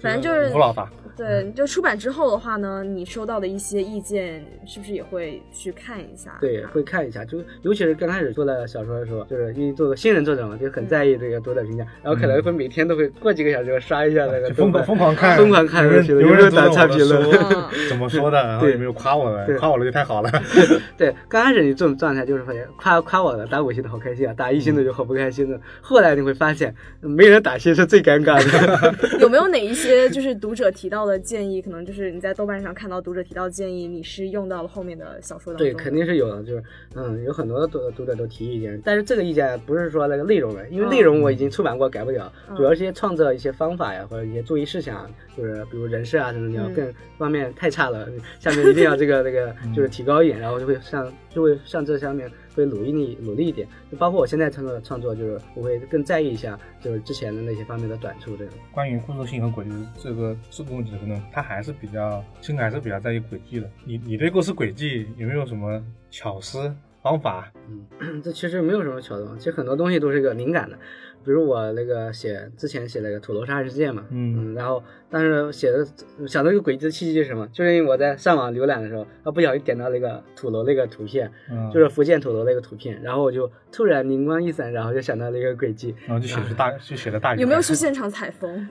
Speaker 1: 反正就是
Speaker 2: 吴老大，
Speaker 1: 对，就出版之后的话呢，你收到的一些意见，是不是也会去看一下？啊
Speaker 3: 对，会看一下，就尤其是刚开始做了小说的时候，就是因为做个新人作者嘛，就很在意这个读者评价，然后可能会每天都会过几个小时就刷一下那
Speaker 2: 嗯
Speaker 3: 个
Speaker 2: 就疯
Speaker 3: 豆
Speaker 2: 狂
Speaker 3: 瓣
Speaker 2: 疯狂看，
Speaker 3: 疯狂看
Speaker 2: 有人
Speaker 3: 有人
Speaker 2: 有人读
Speaker 3: 打
Speaker 2: 了
Speaker 3: 差
Speaker 2: 我的
Speaker 3: 评论
Speaker 1: 嗯
Speaker 2: 书， 怎么说的，然后
Speaker 3: 对
Speaker 2: 有没有夸我的
Speaker 3: 对，
Speaker 2: 夸我的就太好了。
Speaker 3: 对，刚开始你这种状态就是会夸夸我的打五星的好开心啊，打一星
Speaker 2: 嗯
Speaker 3: 的就好不开心的。后来你会发现，没人打星是最尴尬的。
Speaker 1: 有没有哪一些就是读者提到的建议？可能就是你在豆瓣上看到读者提到的建议，你是用到了后面的小说当中。
Speaker 3: 对，肯。定是有的，就是嗯，有很多的读读者都提意见，但是这个意见不是说那个内容的，因为内容我已经出版过，改不了，
Speaker 1: 嗯
Speaker 3: 主要是一些创作一些方法呀，或者一些注意事项啊，就是比如人设啊什么的，
Speaker 1: 嗯
Speaker 3: 更方面太差了，下面一定要这个这个就是提高一点，然后就会上就会上这上面会努力努力一点，就包括我现在创作创作，就是我会更在意一下，就是之前的那些方面的短处这样。
Speaker 2: 关于故事性和轨迹这个这个问题的可能，他还是比较性格还是比较在意轨迹的。你你对故事轨迹有没有什么巧思方法？
Speaker 3: 嗯，这其实没有什么巧的，其实很多东西都是一个灵感的。比如我那个写之前写了个土楼杀人事件嘛，
Speaker 2: 嗯
Speaker 3: 然后但是写的想到一个轨迹的契机是什么？就是因为我在上网浏览的时候，啊不小心点到那个土楼那个图片，
Speaker 2: 嗯，
Speaker 3: 就是福建土楼那个图片，然后我就突然灵光一闪，然后就想到了一个轨迹。
Speaker 2: 然后就写出大就写了大鱼。
Speaker 1: 有没有 去现场采风？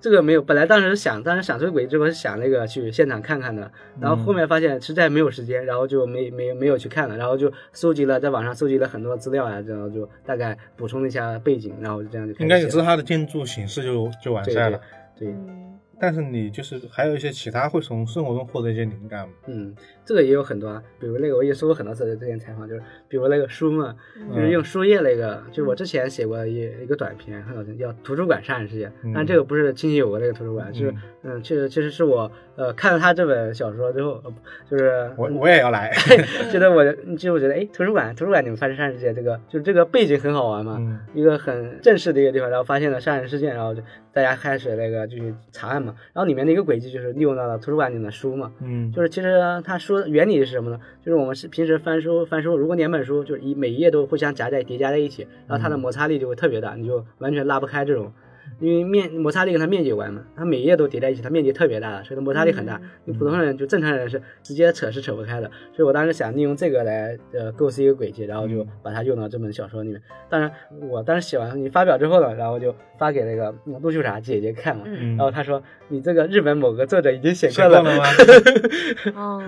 Speaker 3: 这个没有，本来当时想，当时想这个轨迹之后是想那个去现场看看的，
Speaker 2: 嗯
Speaker 3: 然后后面发现实在没有时间，然后就没没没有去看了，然后就搜集了在网上搜集了很多资料呀、然后就大概补充了一下背景，然后就这样就开始
Speaker 2: 应该也
Speaker 3: 写
Speaker 2: 知道
Speaker 3: 了
Speaker 2: 它的建筑形式就就完
Speaker 3: 对
Speaker 2: 善
Speaker 3: 对
Speaker 2: 了。
Speaker 3: 对，
Speaker 1: 嗯
Speaker 2: 但是你就是还有一些其他会从生活中获得一些灵感吗？
Speaker 3: 嗯，这个也有很多，啊，比如那个我也说过很多次之前采访，就是比如那个书嘛，就
Speaker 2: 嗯
Speaker 3: 是用书页那个，就我之前写过一一个短篇，很好听，叫《图书馆杀人事件》，
Speaker 2: 嗯
Speaker 3: 但这个不是亲戚有过那个图书馆，就是嗯，确实确实是我呃看了他这本小说之后，呃就是
Speaker 2: 我我也要来。
Speaker 3: 啊觉得我就我觉得，哎，图书馆，图书馆，你们发生杀人事件这个，就是这个背景很好玩嘛，
Speaker 2: 嗯
Speaker 3: 一个很正式的一个地方，然后发现了杀人事件，然后就大家开始那个就去查案嘛，然后里面的一个轨迹就是利用到了图书馆里的书嘛，
Speaker 2: 嗯，
Speaker 3: 就是其实它书原理是什么呢？就是我们是平时翻书翻书，如果两本书就是一每一页都互相夹在叠加在一起，然后
Speaker 2: 嗯
Speaker 3: 它的摩擦力就会特别大，你就完全拉不开这种。因为面摩擦力跟它面积有关嘛，它每一页都叠在一起，它面积特别大的，所以它摩擦力很大
Speaker 1: 嗯。
Speaker 3: 你普通人就正常人是直接扯是扯不开的，所以我当时想利用这个来呃构思一个轨迹，然后就
Speaker 2: 嗯
Speaker 3: 把它用到这本小说里面。当然，我当时写完你发表之后呢，然后就发给那个嗯陆秀茶姐姐看了，
Speaker 1: 嗯
Speaker 2: 嗯
Speaker 3: 然后她说你这个日本某个作者已经写
Speaker 2: 写
Speaker 3: 过
Speaker 2: 过
Speaker 3: 了
Speaker 2: 了，吗？
Speaker 1: 哦，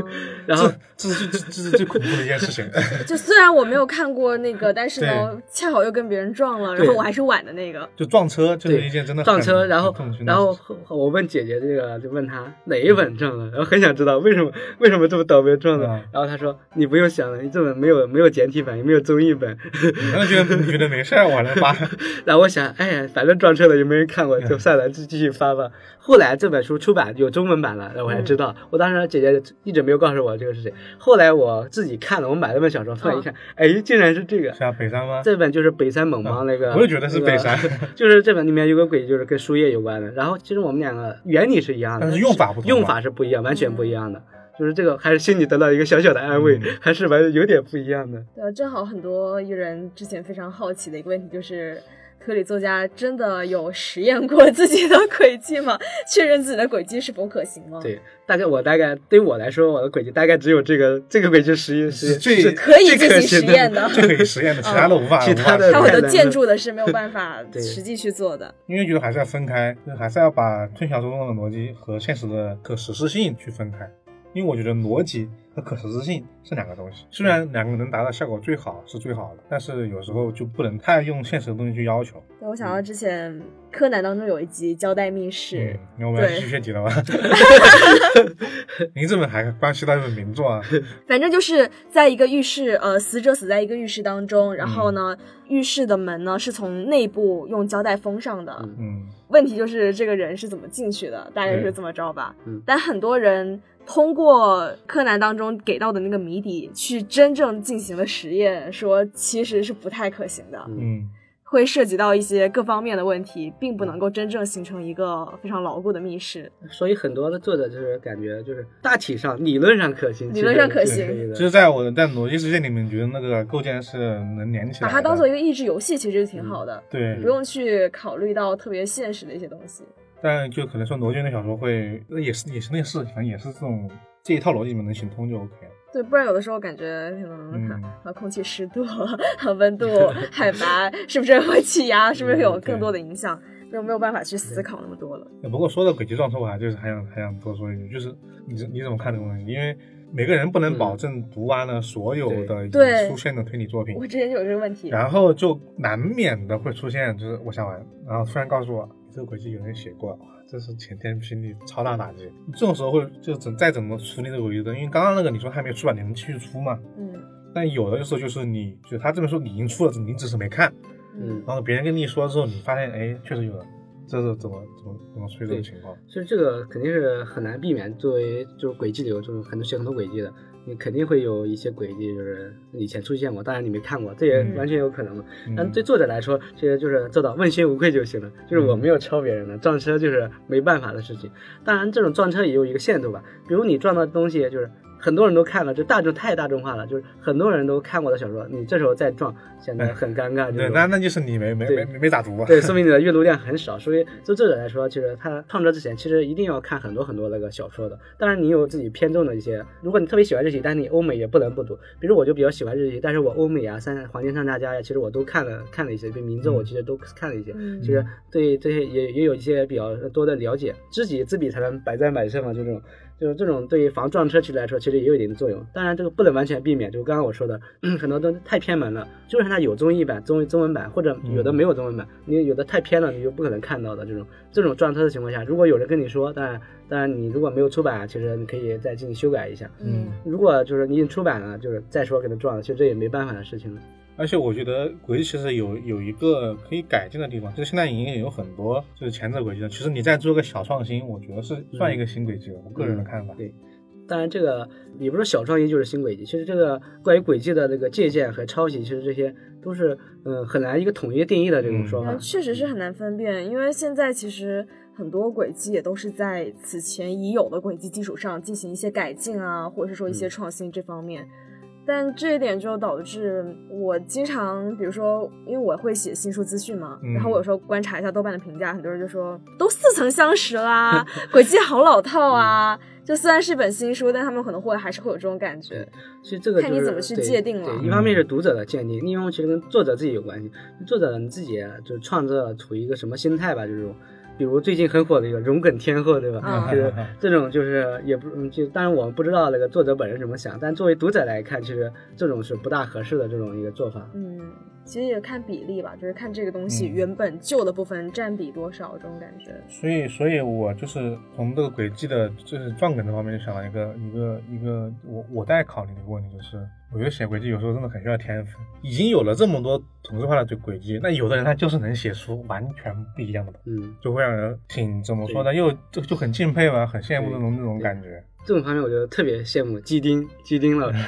Speaker 3: 然后
Speaker 2: 这是最这是最恐怖的一件事 情。
Speaker 1: 就虽然我没有看过那个，但是呢，恰好又跟别人撞了，然后
Speaker 3: 对
Speaker 1: 我还是晚的那个。
Speaker 2: 就撞车，就是
Speaker 3: 对
Speaker 2: 一件 真的
Speaker 3: 撞
Speaker 2: 很
Speaker 3: 车，然后
Speaker 2: 很痛心的
Speaker 3: 然后
Speaker 2: 事
Speaker 3: 我问姐姐这个，就问她哪一本撞了，然后很想知道为什么为什么这么倒霉撞的，
Speaker 2: 嗯
Speaker 3: 然后她说你不用想了，你这本没有没有简体版，也 没有中译本，
Speaker 2: 情然后觉得你觉得没事儿，啊我来发。
Speaker 3: 然后我想，哎呀，反正撞车了也没人看过，就算了，就继续发吧。后来这本书出版有中文版了，然后我
Speaker 2: 嗯
Speaker 3: 才知道，我当时姐姐一直没有告诉我这个事情，后来我自己看了，我买了本小说，突然一
Speaker 2: 啊
Speaker 3: 看，哎，竟然是这个。
Speaker 2: 是啊，北山吗？
Speaker 3: 这本就是北山猛帮那个，
Speaker 2: 啊我也觉得是北山
Speaker 3: 那个 就是这本里面有个鬼，就是跟书页有关的。然后其实我们两个原理是一样的，
Speaker 2: 但是用法不同吧
Speaker 3: 用法是不一样，完全不一样的。就是这个还是心里得到一个小小的安慰，
Speaker 2: 嗯
Speaker 3: 还是蛮有点不一样的。
Speaker 1: 对，正好很多艺人之前非常好奇的一个问题就是。推理作家真的有实验过自己的轨迹吗？确认自己的轨迹是否可行吗？
Speaker 3: 对，大概我大概对于我来说，我的轨迹大概只有这个这个轨迹实验
Speaker 2: 是
Speaker 3: 是
Speaker 2: 最
Speaker 3: 是
Speaker 1: 可以进
Speaker 3: 最可
Speaker 1: 行
Speaker 3: 行
Speaker 1: 实验 的。 嗯
Speaker 2: 就可以实验的，其他的无法。
Speaker 3: 其他的
Speaker 2: 无
Speaker 1: 像我
Speaker 2: 法实
Speaker 1: 的
Speaker 2: 验
Speaker 3: 太难
Speaker 1: 建
Speaker 3: 了
Speaker 1: 筑的是没有办法
Speaker 3: 对
Speaker 1: 实际去做的。
Speaker 2: 因为觉得还是要分开，就是还是要把推小说中的逻辑和现实的可实施性去分开。因为我觉得逻辑和可实施性是两个东西，虽然两个能达到效果最好是最好的，但是有时候就不能太用现实的东西去要求。
Speaker 1: 对，我想到之前柯南当中有一集交代密室，
Speaker 2: 嗯，那我们要
Speaker 1: 对
Speaker 2: 继续选题 了吗？您这本还关系到一本名作啊，
Speaker 1: 反正就是在一个浴室，呃，死者死在一个浴室当中，然
Speaker 2: 嗯
Speaker 1: 后呢，浴室的门呢是从内部用胶带封上的。
Speaker 3: 嗯
Speaker 2: 嗯，
Speaker 1: 问题就是这个人是怎么进去的，大概
Speaker 2: 对
Speaker 1: 是这么着吧。
Speaker 3: 嗯
Speaker 1: 但很多人通过柯南当中给到的那个谜底去真正进行了实验，说其实是不太可行的，
Speaker 2: 嗯，
Speaker 1: 会涉及到一些各方面的问题，并不能够真正形成一个非常牢固的密室。
Speaker 3: 所以很多的作者就是感觉就是大体上理论上可行，
Speaker 1: 理论上
Speaker 3: 其实
Speaker 1: 可行
Speaker 3: 是以的
Speaker 2: 就是在我的在逻辑世界里面，觉得那个构建是能连起
Speaker 1: 把
Speaker 2: 来的，嗯
Speaker 1: 它当做一个益智游戏，其实挺好的，
Speaker 2: 对，
Speaker 1: 不用去考虑到特别现实的一些东西。
Speaker 2: 但就可能说罗军的小说会，那也是也是类似，反正也是这种这一套逻辑里面能行通就 OK 了。
Speaker 1: 对，不然有的时候感觉可能
Speaker 2: 嗯
Speaker 1: 啊，空气湿度、温度、海拔是不是会气压，是不是有
Speaker 2: 嗯对
Speaker 1: 更多的影响，就没有办法去思考那么多了。
Speaker 2: 不过说到轨迹撞车，我还就是还想还想多说一句，就是你怎你怎么看这个问题？因为每个人不能
Speaker 3: 嗯
Speaker 2: 保证读完了所有的已
Speaker 1: 对
Speaker 2: 出现的推理作品，
Speaker 1: 我之前就有这个问题，
Speaker 2: 然后就难免的会出现，就是我想玩，然后突然告诉我这个轨迹有人写过，哇，这是晴天霹雳，超大打击。这种时候会就怎再怎么处理这个轨迹的，因为刚刚那个你说还没出版，你能继续出吗？
Speaker 1: 嗯
Speaker 2: 但有的时候就是你，就他这本书你已经出了，你只是没看，
Speaker 3: 嗯
Speaker 2: 然后别人跟你说之后，你发现哎，确实有人，这是怎么怎么怎么出现这种情况？
Speaker 3: 所以这个肯定是很难避免。作为就是轨迹流，就是很多写很多轨迹的，你肯定会有一些轨迹，就是以前出现过，当然你没看过，这也
Speaker 2: 嗯
Speaker 3: 完全有可能嘛。但
Speaker 2: 嗯，
Speaker 3: 对作者来说，其实就是做到问心无愧就行了。就是
Speaker 2: 嗯
Speaker 3: 我没有超别人的，撞车就是没办法的事情。当然，这种撞车也有一个限度吧，比如你撞到东西，就是很多人都看了，就大众太大众化了，就是很多人都看过的小说，你这时候再撞，显得很尴尬。
Speaker 2: 哎
Speaker 3: 这
Speaker 2: 对，
Speaker 3: 种
Speaker 2: 那那就是你没没没
Speaker 3: 对
Speaker 2: 没没咋读啊。
Speaker 3: 对，说明你的阅读量很少。所以就作者来说，其实他创作之前，其实一定要看很多很多那个小说的。当然，你有自己偏重的一些，如果你特别喜欢日语，但是你欧美也不能不读。比如我就比较喜欢日语，但是我欧美啊、三黄金上大家呀，其实我都看了看了一些，比如名作我其实都看了一些。
Speaker 1: 嗯
Speaker 3: 其实对这些也也有一些比较多的了解，知己知彼才能百战百胜嘛，就这种。就是这种对于防撞车其实来说，其实也有一定作用。当然，这个不能完全避免，就刚刚我说的， 很多东西太偏门了。就算它有中译版、中中文版，或者有的没有中文版，你有的太偏了，你就不可能看到的这种这种撞车的情况下，如果有人跟你说，当然，当然你如果没有出版，其实你可以再进行修改一下。
Speaker 1: 嗯，
Speaker 3: 如果就是你已经出版了，就是再说给他撞了，其实这也没办法的事情了。
Speaker 2: 而且我觉得轨迹其实有有一个可以改进的地方，就是现在已经有很多就是前者轨迹的，其实你再做个小创新，我觉得是算一个新轨迹了。我个人的看法。
Speaker 3: 对当然，这个也不是小创意，就是新轨迹。其实这个关于轨迹的这个借鉴和抄袭，其实这些都是嗯、呃很难一个统一定义的这种说法。
Speaker 1: 嗯确实是很难分辨，因为现在其实很多轨迹也都是在此前已有的轨迹基础上进行一些改进啊，或者是说一些
Speaker 3: 嗯
Speaker 1: 创新这方面。但这一点就导致我经常，比如说，因为我会写新书资讯嘛，
Speaker 2: 嗯
Speaker 1: 然后我有时候观察一下豆瓣的评价，很多人就说都似曾相识啦， 轨迹好老套啊。就虽然是本新书，但他们可能会还是会有这种感觉。
Speaker 3: 所以这个、就是、
Speaker 1: 看你怎么去
Speaker 3: 对
Speaker 1: 界定了
Speaker 3: 对，一方面是读者的鉴定，另一方面其实跟作者自己有关系。作者你自己啊就是创作处于一个什么心态吧，这种。比如最近很火的一个荣梗天后，对吧？
Speaker 1: 嗯
Speaker 3: 就是这种，就是也不，嗯就当然我们不知道那个作者本人怎么想，但作为读者来看，其实这种是不大合适的这种一个做法。
Speaker 1: 嗯，其实也看比例吧，就是看这个东西
Speaker 2: 嗯
Speaker 1: 原本旧的部分占比多少，这种感觉。
Speaker 2: 所以，所以我就是从这个轨迹的，就是撞梗这方面，就想到一个一个一个，我我在考虑的一个问题，就是我觉得写轨迹有时候真的很需要天赋。已经有了这么多同质化的这轨迹，那有的人他就是能写出完全不一样的东西，
Speaker 3: 嗯，
Speaker 2: 就会让人挺怎么说呢，又就就很敬佩吧，很羡慕那种那种感觉。
Speaker 3: 这种方面我就特别羡慕基丁基丁老师，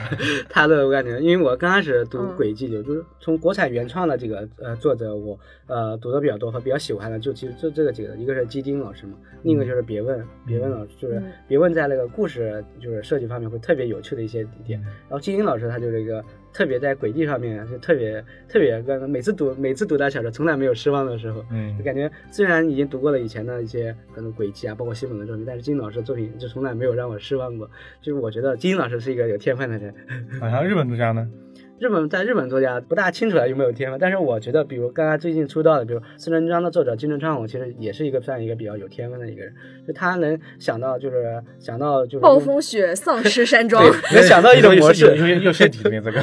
Speaker 3: 他的我感觉，因为我刚开始读
Speaker 1: 嗯
Speaker 3: 轨迹流，就是从国产原创的这个呃作者我，呃读的比较多和比较喜欢的，就其实就这个几个，一个是基丁老师嘛，另一个就是别问，别问老师就是
Speaker 1: 嗯
Speaker 3: 别问在那个故事就是设计方面会特别有趣的一些
Speaker 2: 嗯
Speaker 3: 点，然后基丁老师他就是一个特别在轨迹上面就特别特别跟每次读每次读他小说从来没有失望的时候，
Speaker 2: 嗯
Speaker 3: 就，感觉虽然已经读过了以前的一些可能轨迹啊，包括西蒙的作品，但是金老师的作品就从来没有让我失望过。就是我觉得金老师是一个有天分的人。
Speaker 2: 然后日本作家呢，
Speaker 3: 日本在日本作家不大清楚他有没有天分，但是我觉得，比如刚刚最近出道的，比如《四人章》的作者金正昌宏，其实也是一个算一个比较有天分的一个人，就他能想到就是想到就是
Speaker 2: 嗯
Speaker 1: 暴风雪丧尸山庄，
Speaker 3: 对能想到一种模式
Speaker 2: 又又又又陷阱里面这个。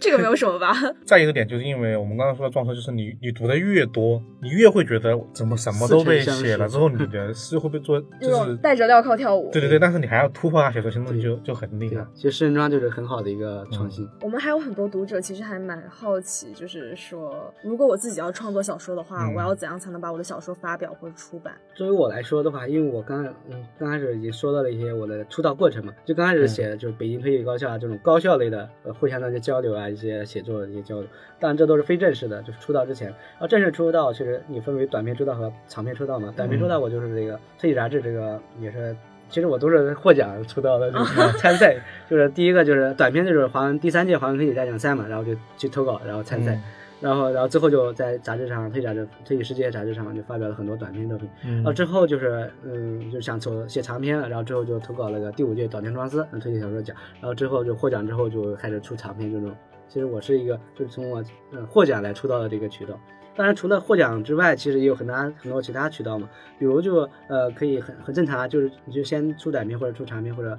Speaker 1: 这个没有什么吧？
Speaker 2: 再一个点就是因为我们刚刚说的撞车，就是你你读的越多，你你越会觉得怎么什么都被写了
Speaker 3: 似曾相识
Speaker 2: 之后，你的是会被做
Speaker 1: 这
Speaker 2: 就
Speaker 1: 种
Speaker 2: 是
Speaker 1: 戴着镣铐跳舞。
Speaker 2: 对对对，但是你还要突破它写作新东西就就很厉
Speaker 3: 对
Speaker 2: 害。，
Speaker 3: 其实盛装就是很好的一个创新。
Speaker 1: 我们还有很多读者其实还蛮好奇，就是说，如果我自己要创作小说的话，
Speaker 2: 嗯
Speaker 1: 我要怎样才能把我的小说发表或者出版？
Speaker 3: 作为我来说的话，因为我刚嗯刚开始也说到了一些我的出道过程嘛，就刚开始写的就是北京推理高校啊这种高校类的，呃，互相的一些交流啊，一些写作的一些交流。当然这都是非正式的，就是出道之前。然后正式出道其实你分为短篇出道和长篇出道嘛，短篇出道我就是这个推理杂志这个也是。其实我都是获奖出道的，就是参赛，就是第一个就是短篇，就是华文第三届华文推理大奖赛嘛，然后就去投稿，然后参赛，
Speaker 2: 嗯
Speaker 3: 然后然后最后就在杂志上推理杂志推理世界杂志上就发表了很多短篇作品，
Speaker 2: 嗯，
Speaker 3: 然后之后就是，嗯，就想从写长篇了，然后之后就投稿了个第五届短篇装丝嗯推理小说奖，然后之后就获奖之后就开始出长篇这种。其实我是一个，就是从我嗯获奖来出道的这个渠道。当然，除了获奖之外，其实也有很大很多其他渠道嘛，比如就呃可以很很正常啊，就是你就先出短篇或者出长篇，或者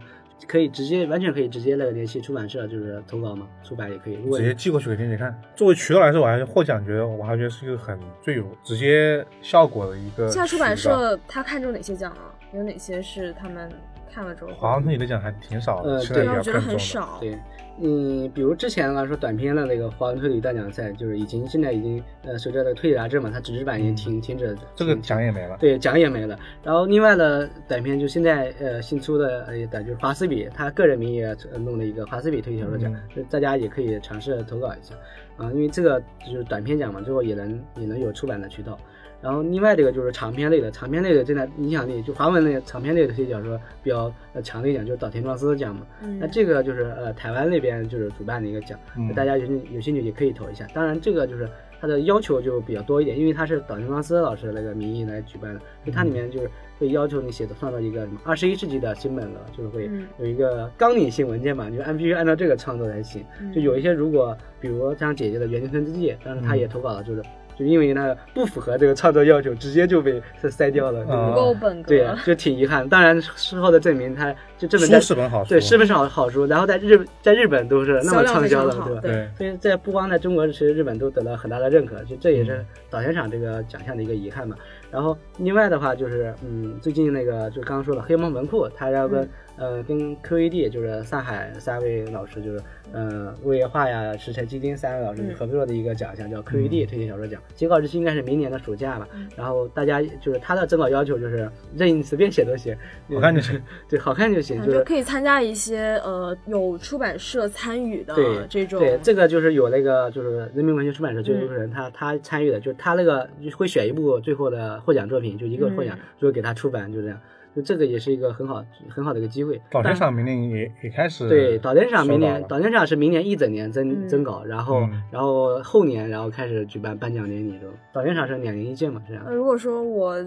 Speaker 3: 可以直接完全可以直接那个联系出版社就是投稿嘛，出版也可以。如果
Speaker 2: 直接寄过去给编辑看。作为渠道来说，我还是获奖，觉得我还觉得是一个很最有直接效果呃的一个渠道。
Speaker 1: 现在出版社他看中哪些奖啊？有哪些是他们看了之后？
Speaker 2: 华文推理的奖还挺少的，
Speaker 3: 呃
Speaker 2: 现在
Speaker 3: 对
Speaker 2: 比
Speaker 1: 对啊，我
Speaker 2: 较
Speaker 1: 觉得
Speaker 2: 看重
Speaker 1: 很
Speaker 2: 的。
Speaker 1: 少。
Speaker 3: 对，嗯，比如之前来说短篇的那个华文推理大奖赛，就是已经现在已经呃随着那个推理杂志嘛，它纸质版已经停、停止
Speaker 2: 嗯这个
Speaker 3: 停
Speaker 2: 奖也没了。
Speaker 3: 对奖也没了。然后另外的短篇就现在呃新出的呃短就是华斯比，他个人名义呃弄了一个华斯比推理小说
Speaker 2: 嗯
Speaker 3: 奖，就大家也可以尝试投稿一下啊，因为这个就是短篇奖嘛，最后也能也能有出版的渠道。然后另外这个就是长篇类的，长篇类的现在影响力就华文类的长篇类的推理小说比较呃强的一奖就是岛田庄司的奖嘛，
Speaker 1: 嗯，
Speaker 3: 那这个就是呃台湾那边就是主办的一个奖，
Speaker 2: 嗯
Speaker 3: 大家有兴有兴趣也可以投一下。当然这个就是它的要求就比较多一点，因为它是岛田庄司老师那个名义来举办的，所以
Speaker 1: 嗯
Speaker 3: 它里面就是会要求你写的创造一个什么二十一世纪的新本了，就是会
Speaker 1: 嗯
Speaker 3: 有一个纲领性文件嘛，你就按必须按照这个创作才行。
Speaker 1: 嗯
Speaker 3: 就有一些如果比如像姐姐的《袁泉村之夜》，当时她
Speaker 1: 嗯
Speaker 3: 也投稿了，就是。就因为呢不符合这个创作要求，直接就被塞掉了，就是
Speaker 1: 不
Speaker 2: 啊
Speaker 1: 够本格。
Speaker 3: 对啊，就挺遗憾。当然事后的证明，他就证明
Speaker 2: 书
Speaker 3: 在
Speaker 2: 是本好书，
Speaker 3: 对，是不是好好书？然后在日在日本都是那
Speaker 1: 销
Speaker 3: 么
Speaker 1: 量
Speaker 3: 畅
Speaker 1: 非
Speaker 3: 销
Speaker 1: 常
Speaker 3: 的，
Speaker 1: 好
Speaker 3: 对吧？
Speaker 1: 对
Speaker 2: 对，
Speaker 3: 所以在不光在中国，其实日本都得到很大的认可，就这也
Speaker 2: 嗯
Speaker 3: 是导演赏这个奖项的一个遗憾嘛。然后另外的话就是，嗯，最近那个就刚刚说了，黑猫文库，他要
Speaker 2: 嗯
Speaker 3: 跟、呃跟 QED，就是上海三位老师，就是呃魏业化呀、石晨基金三位老师
Speaker 1: 嗯
Speaker 3: 合作的一个奖
Speaker 2: 嗯
Speaker 3: 项，叫 QED 推荐小说奖。截稿日期应该是明年的暑假吧。
Speaker 1: 嗯
Speaker 3: 然后大家就是他的征稿要求就是任意随便写都行，
Speaker 2: 好看就行，
Speaker 3: 对，好看就行，
Speaker 1: 反
Speaker 3: 就是
Speaker 1: 正可以参加一些呃有出版社参与的
Speaker 3: 对
Speaker 1: 呃这种，
Speaker 3: 对，这个就是有那个就是人民文学出版社就
Speaker 1: 嗯
Speaker 3: 有人他、他参与的，就是他那个就会选一部最后的获奖作品，就一个获奖
Speaker 1: 嗯，
Speaker 3: 最后给他出版，就这样。就这个也是一个很好很好的一个机会。
Speaker 2: 岛田
Speaker 3: 但
Speaker 2: 赏明年也也开始
Speaker 3: 嗯对，导电厂明年
Speaker 2: 收到了
Speaker 3: 导电厂是明年一整年
Speaker 1: 嗯
Speaker 3: 征征稿，然后
Speaker 2: 嗯
Speaker 3: 然后后年然后开始举办颁奖典礼，就导电厂是两年一届嘛，这样
Speaker 1: 呃。如果说我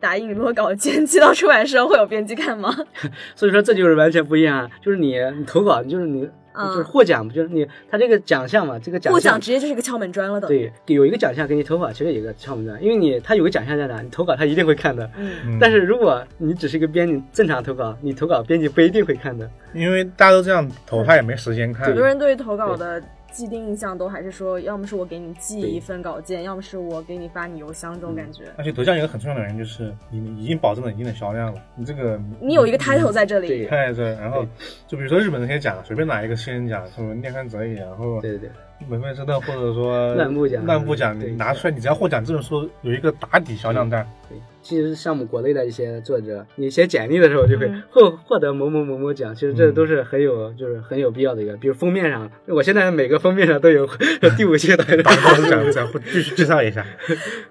Speaker 1: 打印落稿 件寄到出版社，会有编辑看吗？
Speaker 3: 所以说这就是完全不一样，啊，就是你你投稿就是你就是
Speaker 1: 嗯
Speaker 3: 获奖，就是你他这个奖项嘛，这个奖
Speaker 1: 获
Speaker 3: 项
Speaker 1: 奖直接就是一个敲门砖了的。，
Speaker 3: 对，有一个奖项给你投稿，其实有一个敲门砖，因为你他有个奖项在哪，你投稿他一定会看的。
Speaker 1: 嗯，
Speaker 2: 嗯
Speaker 3: 但是如果你只是一个编辑，正常投稿，你投稿编辑不一定会看的。
Speaker 2: 因为大家都这样投，他也没时间看
Speaker 1: 很。多人对于投稿的既定印象都还是说，要么是我给你寄
Speaker 3: 对嗯
Speaker 1: 一份稿件，要么是我给你发你邮箱这种感觉。
Speaker 2: 而且得奖有一个很重要的原因就是你你已经保证了一定的销量了，你这个
Speaker 1: 你有一个 title 在这里
Speaker 3: 嗯对，
Speaker 2: 看在这，然后就比如说日本那些奖，随便拿一个新人奖，什么念刊哲也，然后
Speaker 3: 对对对，
Speaker 2: 门卫生的或者说
Speaker 3: 漫步奖
Speaker 2: 漫步奖，你
Speaker 3: 对嗯
Speaker 2: 拿出来，你只要获奖证书有一个打底销量在，
Speaker 3: 对，其实像我们国内的一些作者，你写简历的时候就会
Speaker 1: 嗯
Speaker 3: 获获得某某某某奖，其实这
Speaker 2: 嗯
Speaker 3: 都是很有就是很有必要的一个，比如封面上，我现在每个封面上都有第五届的
Speaker 2: 打底奖再会继续介绍一下。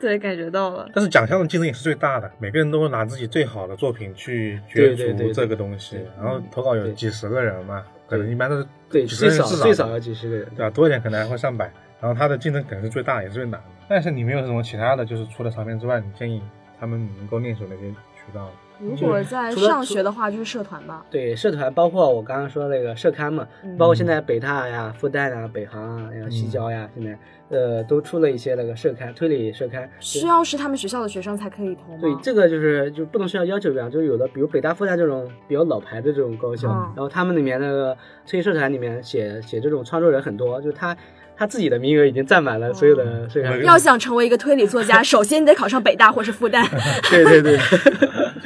Speaker 1: 对，感觉到了。
Speaker 2: 但是奖项的竞争也是最大的，每个人都会拿自己最好的作品去角
Speaker 3: 对对对
Speaker 2: 逐
Speaker 3: 对
Speaker 2: 这个东西
Speaker 3: 对，
Speaker 2: 然后投稿有
Speaker 3: 对
Speaker 2: 几十个人嘛，可
Speaker 3: 对
Speaker 2: 能一般都是
Speaker 3: 对，
Speaker 2: 几
Speaker 3: 最
Speaker 2: 十个人
Speaker 3: 少
Speaker 2: 至
Speaker 3: 最少
Speaker 2: 的
Speaker 3: 要几十个人。
Speaker 2: 对吧？多一点可能还会上百，然后它的竞争可能是最大也是最难的。但是你没有什么其他的，就是除了长篇之外，你建议他们能够练手哪些渠道？
Speaker 1: 如果在
Speaker 3: 除了
Speaker 1: 上学的话，就是社团吧。
Speaker 3: 对社团，包括我刚刚说那个社刊嘛，
Speaker 1: 嗯
Speaker 3: 包括现在北大呀、复旦啊、北航啊、然后西交呀，现在呃都出了一些那个社刊，推理社刊。
Speaker 1: 需要是他啊们学校的学生才可以投吗？
Speaker 3: 对，这个就是就不能学校要求不一样，就是有的，比如北大、复旦这种比较老牌的这种高校，
Speaker 1: 嗯
Speaker 3: 然后他们里面那个推理社团里面写写这种创作人很多，就他。他自己的名额已经占满了所有
Speaker 1: 嗯
Speaker 3: 的社科
Speaker 2: 每个
Speaker 1: 要想成为一个推理作 家，首先你得考上北大或是复旦。
Speaker 3: 对对对，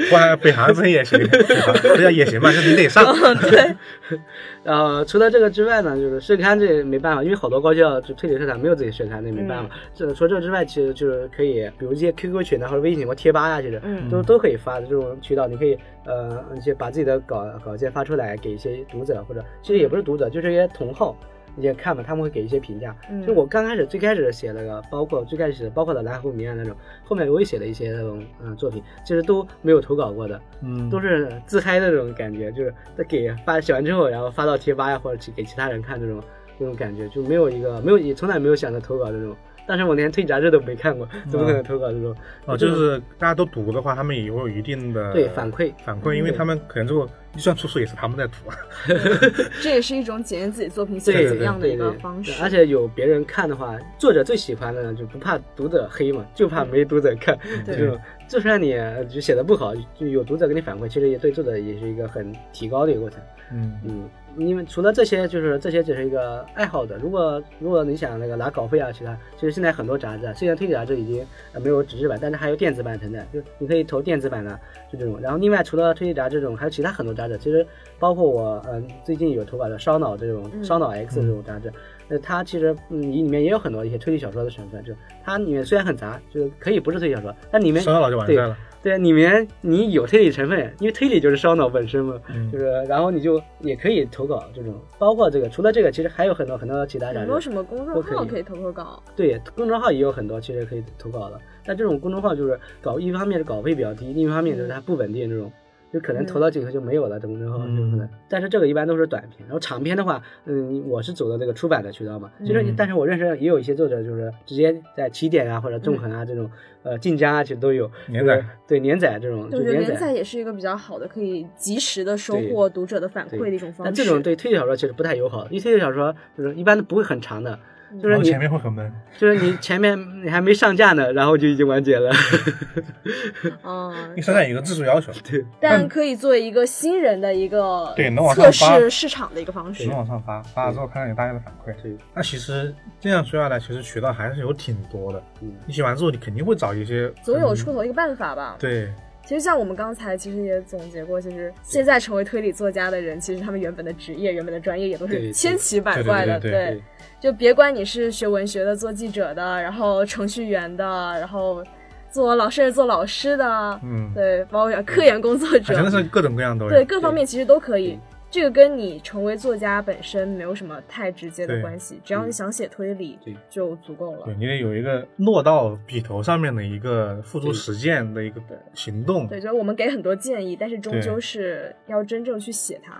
Speaker 2: 不然北航真也行，不叫也行吧，就是你得上。
Speaker 1: 嗯
Speaker 3: 呃，除了这个之外呢，就是社刊这也没办法，因为好多高校就推理社团没有自己社刊，那也没办
Speaker 1: 嗯
Speaker 3: 法。这、除了这之外，其实就是可以，比如一些 QQ 群啊，或者微信或贴吧呀、其实
Speaker 1: 嗯
Speaker 3: 都都可以发的这种渠道，你可以呃一些把自己的稿稿件发出来给一些读者，或者其实也不是读者，就是一些同好。一些看吧，他们会给一些评价。
Speaker 1: 嗯
Speaker 3: 就我刚开始最开始写了个，包括最开始写的包括的《蓝湖谜案》那种，后面我也写了一些那种嗯、作品，其实都没有投稿过的。
Speaker 2: 嗯，
Speaker 3: 都是自嗨的这种感觉，就是他给发写完之后，然后发到贴吧呀，或者去给其他人看这种这种感觉，就没有一个没有也从来没有想着投稿这种。但是我连推理杂志都没看过，怎
Speaker 1: 嗯
Speaker 3: 么可能投稿这种？
Speaker 2: 哦，就是大家都读的话，他们也会有一定的
Speaker 3: 对反馈
Speaker 2: 反馈，因为他们可能最后预算出书也是他们在读。啊
Speaker 1: 这也是一种检验自己作品写
Speaker 3: 对
Speaker 1: 得
Speaker 3: 对
Speaker 1: 怎样的一
Speaker 3: 对
Speaker 1: 个
Speaker 3: 对
Speaker 1: 方式。
Speaker 3: 而且有别人看的话，作者最喜欢的就不怕读者黑嘛，就怕没读者看。
Speaker 1: 嗯对
Speaker 3: 就就算你呃就写的不好，就有读者给你反馈，其实也对作者也是一个很提高的一个过程。
Speaker 2: 嗯，
Speaker 3: 嗯，因为除了这些，就是这些只是一个爱好的。如果如果你想那个拿稿费啊，其他其实现在很多杂志，啊，虽然推理杂志已经呃没有纸质版，但是还有电子版存在，就你可以投电子版的，就这种。然后另外除了推理杂志这种，还有其他很多杂志，其实包括我嗯、呃最近有投稿的烧脑这种
Speaker 1: 嗯
Speaker 3: 烧脑 X 这种杂志，那、它其实嗯里面也有很多一些推理小说的成分，就它里面虽然很杂，就是可以不是推理小说，但里面
Speaker 2: 烧脑就完
Speaker 3: 对
Speaker 2: 蛋了。
Speaker 3: 对里面你有推理成分，因为推理就是烧脑本身嘛。
Speaker 2: 嗯
Speaker 3: 就，是然后你就也可以投稿这种，包括这个，除了这个，其实还有很多很多其他
Speaker 1: 有
Speaker 3: 杂
Speaker 1: 没有
Speaker 3: 志，
Speaker 1: 什么公
Speaker 3: 都
Speaker 1: 众
Speaker 3: 可
Speaker 1: 号
Speaker 3: 以
Speaker 1: 可以投投稿？啊
Speaker 3: 对，公众号也有很多其实可以投稿的。但这种公众号就是稿，一方面是稿费比较低，另一方面就是它不稳定这种。就可能投到几个就没有了，这公众号就可能
Speaker 2: 嗯。
Speaker 3: 但是这个一般都是短篇，然后长篇的话，嗯，我是走的这个出版的渠道嘛。
Speaker 1: 嗯
Speaker 3: 其实，但是我认识也有一些作者，就是直接在起点啊或者纵横啊这种，呃，晋江啊其实都有
Speaker 2: 连载
Speaker 3: 就是对连载这种，
Speaker 1: 对
Speaker 3: 就
Speaker 1: 我觉得
Speaker 3: 连
Speaker 1: 连
Speaker 3: 载
Speaker 1: 载也是一个比较好的，可以及时的收
Speaker 3: 对
Speaker 1: 获读者的反
Speaker 3: 对
Speaker 1: 馈的一种方
Speaker 3: 但
Speaker 1: 式。
Speaker 3: 这种对推理小说其实不太友好，因为推理小说就是一般都不会很长的，
Speaker 1: 嗯
Speaker 3: 就
Speaker 2: 然
Speaker 3: 是
Speaker 2: 后
Speaker 3: 你
Speaker 2: 前面会很闷。
Speaker 3: 就是你前面你还没上架呢，然后就已经完结了。
Speaker 1: 嗯
Speaker 3: 嗯
Speaker 2: 第，三站有个字数要求，
Speaker 3: 对，
Speaker 1: 但可以作为一个新人的一个
Speaker 2: 嗯对能往上
Speaker 1: 测
Speaker 2: 发
Speaker 1: 试市场的一个方
Speaker 2: 只
Speaker 1: 式
Speaker 2: 能。往上发，发了之后看看有大家的反馈。
Speaker 3: 对，
Speaker 2: 那其实这样说下来，其实渠道还是有挺多的。
Speaker 3: 嗯，
Speaker 2: 你写完之后，你肯定会找一些
Speaker 1: 总有
Speaker 2: 嗯
Speaker 1: 出头一个办法吧。
Speaker 2: 对，
Speaker 1: 其实像我们刚才其实也总结过，其实现在成为推理作家的人，其实他们原本的职业、原本的专业也都
Speaker 3: 对对
Speaker 1: 是千奇百怪的。
Speaker 2: 对对对
Speaker 3: 对
Speaker 1: 就别管你是学文学的、做记者的，然后程序员的，然后做老甚至做老师的，
Speaker 2: 嗯，
Speaker 1: 对，包括科研工作
Speaker 2: 好像
Speaker 1: 者，
Speaker 2: 是各种各样都有。
Speaker 1: 对各方面其实都可以
Speaker 3: 对。
Speaker 1: 这个跟你成为作家本身没有什么太直接的
Speaker 2: 对
Speaker 1: 关系，只要你想写推理
Speaker 3: 对
Speaker 1: 就足够了
Speaker 2: 对。你得有一个落到笔头上面的一个付诸实践的一个
Speaker 1: 对
Speaker 2: 行动。
Speaker 1: 对，就是我们给很多建议，但是终
Speaker 2: 对
Speaker 1: 究是要真正去写它。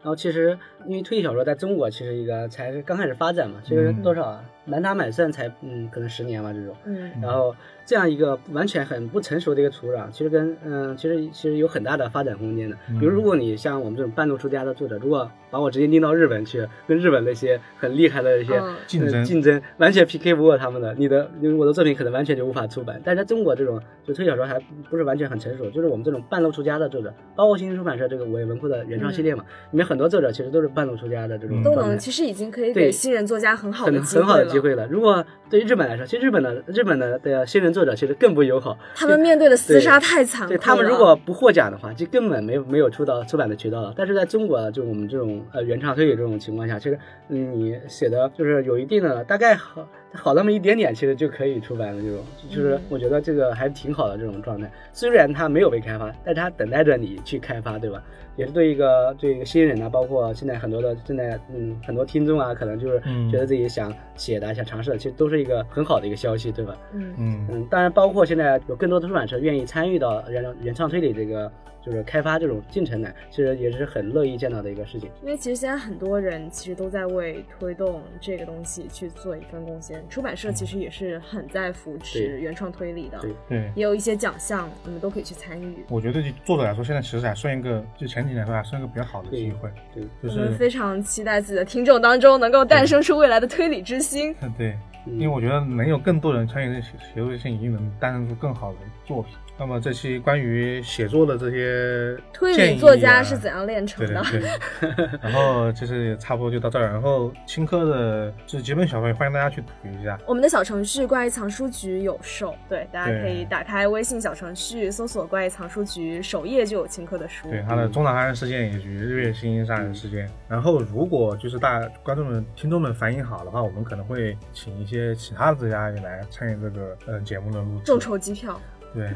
Speaker 3: 然后其实因为推理小说在中国其实一个才刚开始发展嘛，其实
Speaker 2: 嗯
Speaker 3: 多少啊，满打满算才嗯可能十年吧这种。
Speaker 1: 嗯，
Speaker 3: 然后这样一个完全很不成熟的一个土壤，其实跟嗯，其实其实有很大的发展空间的。比如，
Speaker 2: 嗯
Speaker 3: 如果你像我们这种半路出家的作者，如果把我直接拎到日本去，跟日本那些很厉害的一些
Speaker 1: 嗯
Speaker 2: 竞
Speaker 3: 呃
Speaker 2: 争
Speaker 3: 竞争完全 PK 不过他们的，你的因为我的作品可能完全就无法出版。但是在中国这种就推理小说还不是完全很成熟，就是我们这种半路出家的作者，包括新星出版社这个五位文库的原创系列嘛，里面很多作者其实都是半路出家的这种
Speaker 2: 嗯
Speaker 1: 嗯都
Speaker 3: 状态
Speaker 1: 能，其实已经可以
Speaker 3: 对
Speaker 1: 给新人作家很好的
Speaker 3: 很
Speaker 1: 机
Speaker 3: 很
Speaker 1: 会
Speaker 3: 好
Speaker 1: 了。
Speaker 3: 的机会了。如果对于日本来说，其实日本的日本的的新人作者其实更不友好，
Speaker 1: 他们面对的厮杀太残酷
Speaker 3: 对
Speaker 1: 了。
Speaker 3: 他们如果不获奖的话，就根本没有没有出到出版的渠道了。但是在中国，就我们这种呃原创推理这种情况下，其实嗯你写的就是有一定的大概好好那么一点点，其实就可以出版了。这种就是
Speaker 1: 嗯
Speaker 3: 我觉得这个还挺好的这种状态。虽然它没有被开发，但是它等待着你去开发，对吧？也是对一个对一个新人啊，包括现在很多的现在嗯很多听众啊，可能就是
Speaker 2: 嗯
Speaker 3: 觉得自己想写的、想尝试的，其实都是一个很好的一个消息，对吧？
Speaker 1: 嗯，
Speaker 2: 嗯，
Speaker 3: 嗯，当然包括现在有更多的出版社愿意参与到原原创推理这个就是开发这种进程来，其实也是很乐意见到的一个事情。
Speaker 1: 因为其实现在很多人其实都在为推动这个东西去做一份贡献，出版社其实也是很在扶持
Speaker 3: 嗯对
Speaker 1: 原创推理的，
Speaker 3: 对
Speaker 2: 对。
Speaker 1: 也有一些奖项，你们都可以去参与。
Speaker 2: 我觉得对作者来说，现在其实还算一个，就前几年来说还算一个比较好的机会，
Speaker 3: 对，
Speaker 2: 就
Speaker 1: 我们
Speaker 2: 是
Speaker 1: 非常期待自己的听众当中能够诞生出未来的推理之星。
Speaker 2: 嗯对，
Speaker 3: 嗯
Speaker 2: 因为我觉得能有更多人参与这写写作这些，一定能诞生出更好的作品。那么这期关于写作的这些
Speaker 1: 推
Speaker 2: 建
Speaker 1: 理
Speaker 2: 议
Speaker 1: 作家是
Speaker 2: 啊
Speaker 1: 怎样炼成
Speaker 2: 对
Speaker 1: 的？
Speaker 2: 对 对，然后就是差不多就到这儿。然后新科的就是几本小说，也欢迎大家去读一下。
Speaker 1: 我们的小程序“怪异藏书局”有售，对，大家
Speaker 2: 对
Speaker 1: 可以打开微信小程序，搜索“怪异藏书局”，首页就有秦科的书。
Speaker 2: 对他的中岛杀人事件以及日月星星杀人事件，然后如果就是大家观众们、听众们反映好的话，我们可能会请一些其他的作家也来参与这个呃节目的录制。
Speaker 1: 众筹机票，
Speaker 2: 对，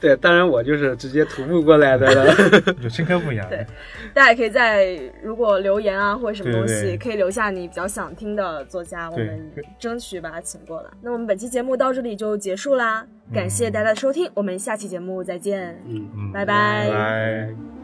Speaker 3: 对，当然我就是直接徒步过来的了。
Speaker 2: 就新科不 一样。
Speaker 1: 对大家也可以在如果留言啊或者什么东西，
Speaker 2: 对对对
Speaker 1: 可以留下你比较想听的作家，我
Speaker 2: 对
Speaker 1: 们争取把他请过来。那我们本期节目到这里就结
Speaker 2: 嗯
Speaker 1: 束啦，感谢大家的收听，我们下期节目再见，
Speaker 3: 嗯，
Speaker 2: 嗯
Speaker 1: 拜
Speaker 2: 拜
Speaker 1: 拜
Speaker 2: 拜。